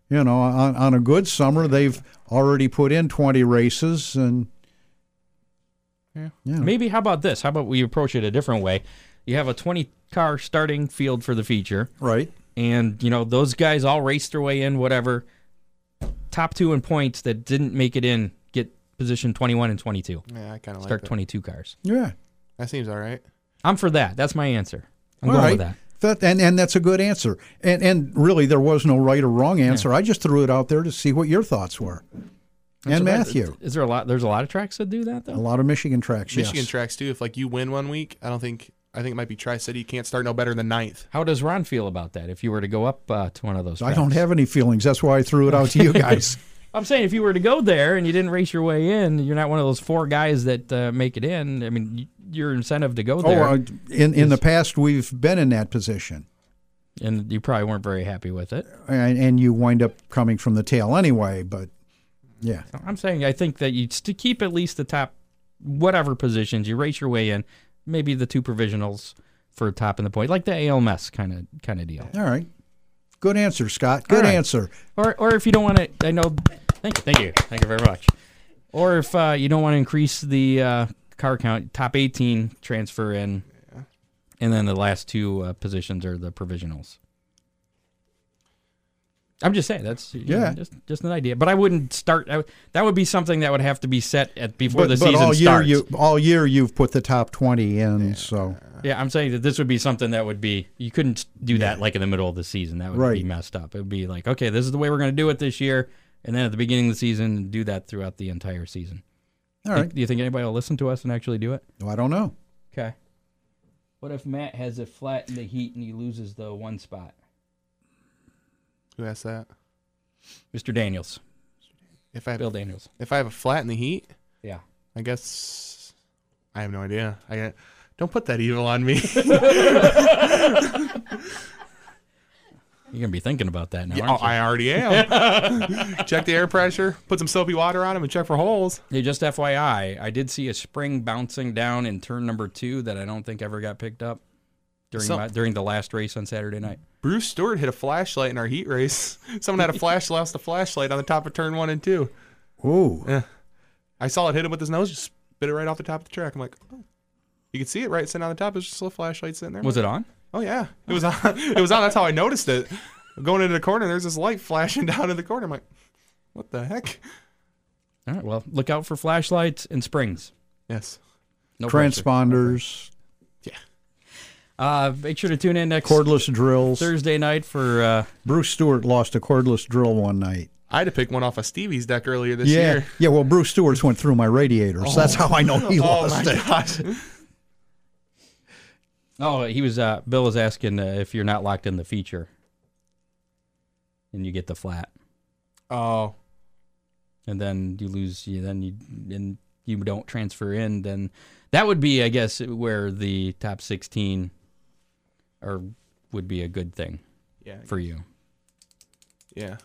C: You know, on, on a good summer, they've already put in twenty races, and
B: Maybe how about this? How about we approach it a different way? You have a 20 car starting field for the feature
C: right.
B: and you know those guys all race their way in whatever top 2 in points that didn't make it in get position 21 and 22.
D: yeah, I kind of like
B: Start
D: that.
B: 22 cars.
C: Yeah.
D: That seems all right.
B: I'm for that. That's my answer. I'm
C: All
B: going
C: right.
B: with that.
C: That- and, and that's a good answer. And, and really, there was no right or wrong answer. I just threw it out there to see what your thoughts were. and Matthew,
B: Is there a lot there's a lot of tracks that do that
C: a
B: though?
C: lot of Michigan tracks.
D: Michigan
C: yes.
D: tracks too. If like you win one week, I don't think I think it might be Tri City. You can't start no better than ninth.
B: How does Ron feel about that if you were to go up uh, to one of those
C: I
B: tracks?
C: don't have any feelings. That's why I threw it out to you guys.
B: I'm saying if you were to go there and you didn't race your way in, you're not one of those four guys that uh, make it in. I mean, y- your incentive to go
C: oh,
B: there,
C: uh, in in the past, we've been in that position,
B: and you probably weren't very happy with it.
C: and, and you wind up coming from the tail anyway. But yeah,
B: I'm saying I think that you st- keep at least the top, whatever positions you race your way in, maybe the two provisionals for top and the point, like the ALMS kind of kind of deal.
C: all right. Good answer, Scott. Good
B: right.
C: answer.
B: Or or if you don't want to, I know. Thank thank you, thank you very much. Or if uh, you don't want to increase the uh, car count, top 18 transfer in, and then the last two uh, positions are the provisionals. I'm just saying that's you know,
C: Yeah.
B: just just an idea. But I wouldn't start. I, would- that would be something that would have to be set at before
C: But,
B: the
C: but
B: season
C: all year,
B: starts.
C: you all year you've put the top twenty in. So
B: yeah, I'm saying that this would be something that would be you couldn't do that like in the middle of the season. That would be
C: Right.
B: messed up. It would be like, okay, this is the way we're going to do it this year, and then at the beginning of the season, do that throughout the entire season.
C: all right.
B: Do you think anybody will listen to us and actually do it?
C: Well, I don't know.
B: Okay. What if Matt has a flat in the heat and he loses the one spot?
D: Who asked that?
B: Mr. Daniels,
D: If I
B: Bill Daniels.
D: if I have a flat in the heat,
B: Yeah.
D: I guess I have no idea. I don't put that evil on me.
B: You're going to be thinking about that now.
D: Yeah, oh,
B: aren't you?
D: I already am. check the air pressure, put some soapy water on him, and check for holes.
B: Hey, just FYI, I did see a spring bouncing down in turn number two that I don't think ever got picked up during
D: So-
B: my, during the last race on Saturday night.
D: Bruce Stewart hit a flashlight in our heat race. Someone had a flash, lost a flashlight on the top of turn one and two.
C: Ooh.
D: I saw it hit him with his nose, just spit it right off the top of the track. I'm like, oh. you can see it right sitting on the top. It's just a little flashlight sitting there.
B: Was it on?
D: Oh yeah, it was on. It was on. That's how I noticed it. Going into the corner, there's this light flashing down in the corner. I'm like, what the heck?
B: All right. Well, look out for flashlights and springs.
D: Yes.
B: No pressure.
C: Transponders.
B: Uh, make sure to tune in next
C: Cordless drills.
B: Thursday night for uh,
C: Bruce Stewart lost a cordless drill one night.
D: I had to pick one off of Stevie's deck earlier this
C: yeah,
D: year.
C: yeah. Well, Bruce Stewart's went through my radiator, so that's how I know he
D: Oh
C: lost
D: my
C: it.
D: gosh.
B: Oh, he was. Uh, Bill was asking uh, if you're not locked in the feature, and you get the flat,
D: Oh.
B: and then you lose. You then you and you don't transfer in. Then that would be, I guess, where the top sixteen, or would be a good thing
D: Yeah.
B: for you.
D: Yeah.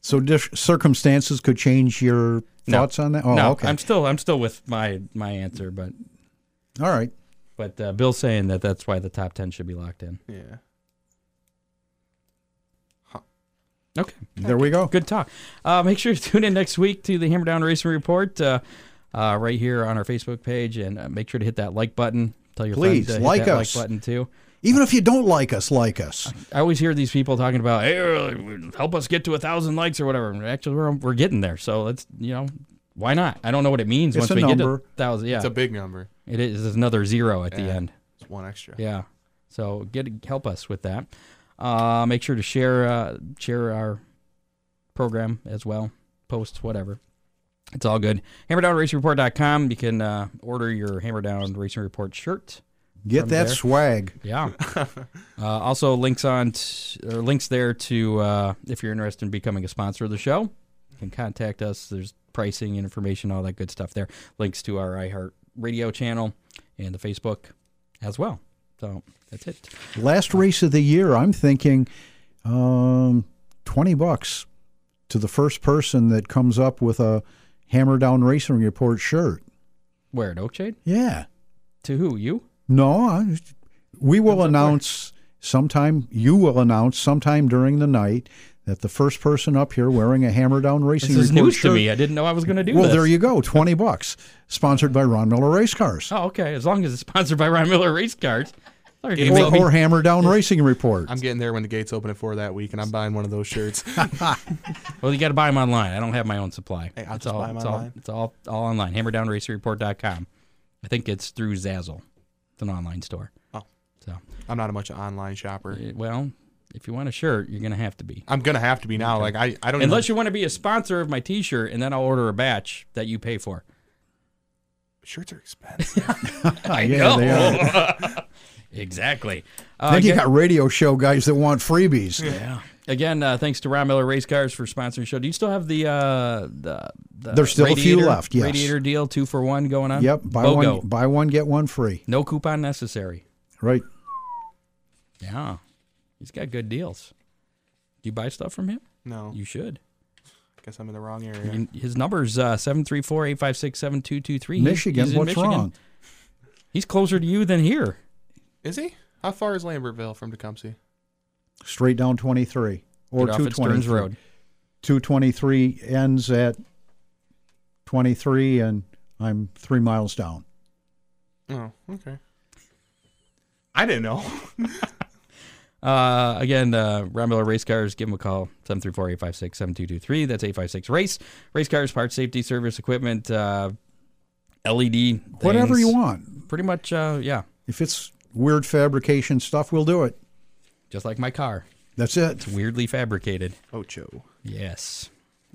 C: So diff- circumstances could change your
B: No.
C: thoughts on that. Oh,
B: no,
C: okay.
B: I'm still I'm still with my my answer, but
C: All right.
B: but uh, Bill's saying that that's why the top ten should be locked in.
D: Yeah.
B: Okay.
C: There we go.
B: Good talk. Uh, make sure to tune in next week to the Hammer Down Racing Report uh, uh, right here on our Facebook page, and uh, make sure to hit that like button. Tell your friends
C: Please,
B: to hit
C: like
B: that
C: us.
B: like button too.
C: Even if you don't like us, like us.
B: I always hear these people talking about, "Hey, uh, help us get to a thousand likes or whatever." And Actually, we're we're getting there, so let's you know why not? I don't know what it means
C: It's
B: once
C: a
B: we get
C: number.
B: to a thousand. Yeah,
D: It's a big number.
B: it is it's another zero at the
D: Yeah.
B: end.
D: It's one extra.
B: Yeah. So get help us with that. Uh, make sure to share uh, share our program as well. Posts whatever. It's all good. HammerdownRacingReport.com. You can uh, order your Hammerdown Racing Report shirt.
C: Get
B: From
C: that
B: there.
C: swag.
B: Yeah. uh, also links on t- or links there to uh, if you're interested in becoming a sponsor of the show, you can contact us. There's pricing information, all that good stuff there. Links to our iHeart Radio channel and the Facebook as well. So that's it.
C: Last race of the year, I'm thinking um, 20 bucks to the first person that comes up with a Hammer Down Racing Report shirt.
B: Where at Oakshade?
C: Yeah.
B: To who? You?
C: No, I, we will announce sometime, you will announce sometime during the night that the first person up here wearing a Hammer Down Racing
B: This is
C: Report
B: news
C: shirt.
B: to me. I didn't know I was going to do
C: well,
B: this.
C: there you go. 20 bucks. Sponsored by Ron Miller Race Cars
B: oh, okay. As long as it's sponsored by Ron Miller Race Cards. Sorry,
D: Game
B: you make
C: or,
B: me-
C: or Hammer Down Racing Report.
D: I'm getting there when the gates open at four that week, and I'm buying one of those shirts.
B: well, you got to buy them online. I don't have my own supply.
D: Hey, I'll
B: it's
D: just
B: all,
D: buy 'em
B: it's All,
D: online.
B: it's all all online. HammerdownRacerReport.com. I think it's through Zazzle. It's an online store.
D: Oh.
B: So,
D: I'm not a much online shopper.
B: eh, well, if you want a shirt, you're going to have to be.
D: I'm gonna have to be now. Like I, I don't.
B: Unless
D: even,
B: you want to be a sponsor of my T-shirt, and then I'll order a batch that you pay for.
D: shirts are expensive.
B: I
C: yeah,
B: know.
C: they
B: exactly. Uh,
C: then you
B: get-
C: got radio show guys that want freebies.
B: Again, uh, thanks to Ron Miller Race Cars for sponsoring the show. Do you still have the uh, the, the
C: There's still a few
B: radiator-
C: left, yes.
B: Radiator deal two for one going on.
C: Yep, buy
B: BOGO.
C: one buy one get one free.
B: No coupon necessary.
C: Right.
B: Yeah, he's got good deals. Do you buy stuff from him?
D: no,
B: You should.
D: I guess I'm in the wrong area.
B: And His number's uh, seven three four eight five six seven two two three.
C: Michigan,
B: He's in
C: what's
B: Michigan.
C: wrong?
B: He's closer to you than here.
D: Is he? How far is Lambertville from Tecumseh?
C: Straight down 23 or
B: Get off at Stearns
C: 223.
B: Road.
C: 223 ends at 23 and I'm 3 miles down.
D: Oh, okay. I didn't know.
B: Uh, again, uh, Ron Miller Race Cars, give them a call, 734-856-7223. That's 856-RACE. Race cars, parts, safety, service, equipment, uh, LED.
C: Whatever
B: things.
C: you want.
B: Pretty much, uh, yeah,
C: If it's weird fabrication stuff, we'll do it.
B: just like my car.
C: That's it.
B: Weirdly fabricated.
D: Ocho.
B: Yes.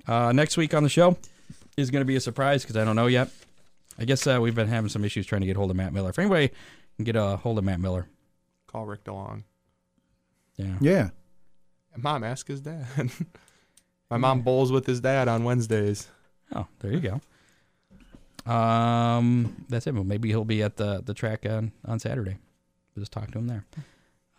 B: Uh, next week on the show is going to be a surprise because I don't know yet. I guess uh, we've been having some issues trying to get hold of Matt Miller. If anybody can get a hold of Matt Miller.
D: Call Rick DeLong.
B: Yeah.
C: Yeah.
D: Mom, ask his dad. My mom bowls with his dad on Wednesdays.
B: Oh, there you go. Um, that's it. Well, maybe he'll be at the the track on on Saturday. We'll just talk to him there.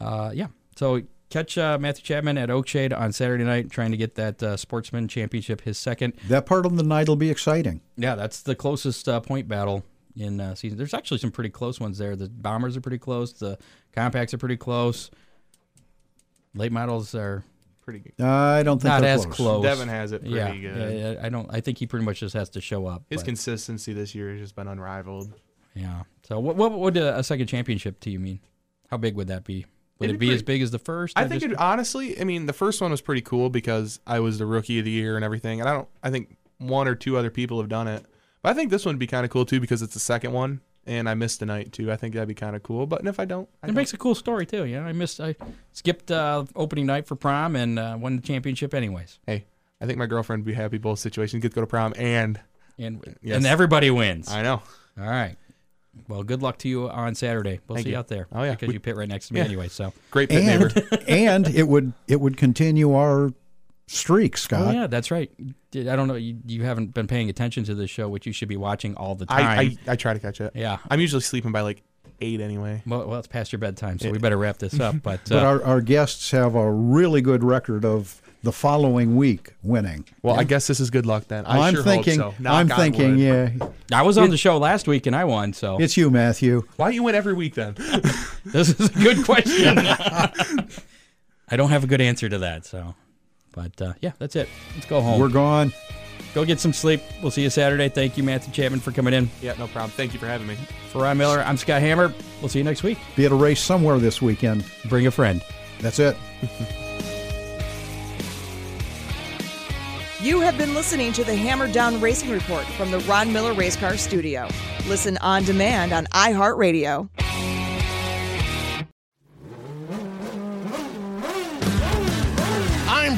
B: Uh, yeah. So catch uh, Matthew Chapman at Oakshade on Saturday night, trying to get that uh, Sportsman Championship, his second.
C: That part of the night will be exciting.
B: Yeah, that's the closest uh, point battle in uh, season. There's actually some pretty close ones there. The bombers are pretty close. The compacts are pretty close. Late models are
D: Pretty good.
C: I don't think
B: not
C: they're
B: as close.
D: Devin has it pretty
B: yeah,
D: good.
B: yeah, yeah, I don't. I think he pretty much just has to show up.
D: His
B: but-
D: consistency this year has just been unrivaled.
B: Yeah. So what what would a, a second championship to you mean? How big would that be? Would
D: It'd
B: it
D: be
B: be
D: pretty-
B: as big as the first?
D: I
B: or
D: think
B: just-
D: it, honestly, I mean, the first one was pretty cool because I was the rookie of the year and everything, and I don't, I think one or two other people have done it, but I think this one would be kind of cool too because it's the second one and I missed a night too. I think that'd be kind of cool. But if I don't, I
B: It makes a cool story too. Yeah, I missed. I skipped uh, opening night for prom and uh, won the championship anyways.
D: hey, I think my girlfriend would be happy both situations. Get to go to prom and
B: And
D: Yes.
B: and everybody wins.
D: I know.
B: All right. Well, good luck to you on Saturday. We'll
D: Thank
B: see you
D: you.
B: out there.
D: Oh, yeah.
B: because
D: We-
B: you pit right next to me
D: Yeah.
B: anyway. So
D: Great pit neighbor.
C: and and it would it would continue our streak, Scott.
B: oh yeah, that's right. Did- I don't know. You, you haven't been paying attention to this show, which you should be watching all the time.
D: I, I I try to catch it.
B: yeah.
D: I'm usually sleeping by like eight anyway.
B: Well, well, it's past your bedtime, so we better wrap this up. But, uh,
C: But our, our guests have a really good record of the following week winning.
D: Well, I guess this is good luck then. I
C: am
D: sure
C: thinking,
D: Hope so. Knock
C: I'm
D: on
C: thinking,
D: wood.
C: yeah,
B: I was on the show last week and I won, so
C: it's you, Matthew.
D: Why you win every week then?
B: this is a good question. I don't have a good answer to that, so. But uh, yeah, that's it. Let's go home.
C: We're gone.
B: go get some sleep. We'll see you Saturday. Thank you, Matthew Chapman, for coming in.
D: yeah, no problem. Thank you for having me.
B: For Ron Miller, I'm Scott Hammer. We'll see you next week.
C: Be at a race somewhere this weekend.
B: Bring a friend.
C: That's it.
A: You have been listening to the Hammer Down Racing Report from the Ron Miller Racecar Studio. Listen on demand on iHeartRadio.
F: I'm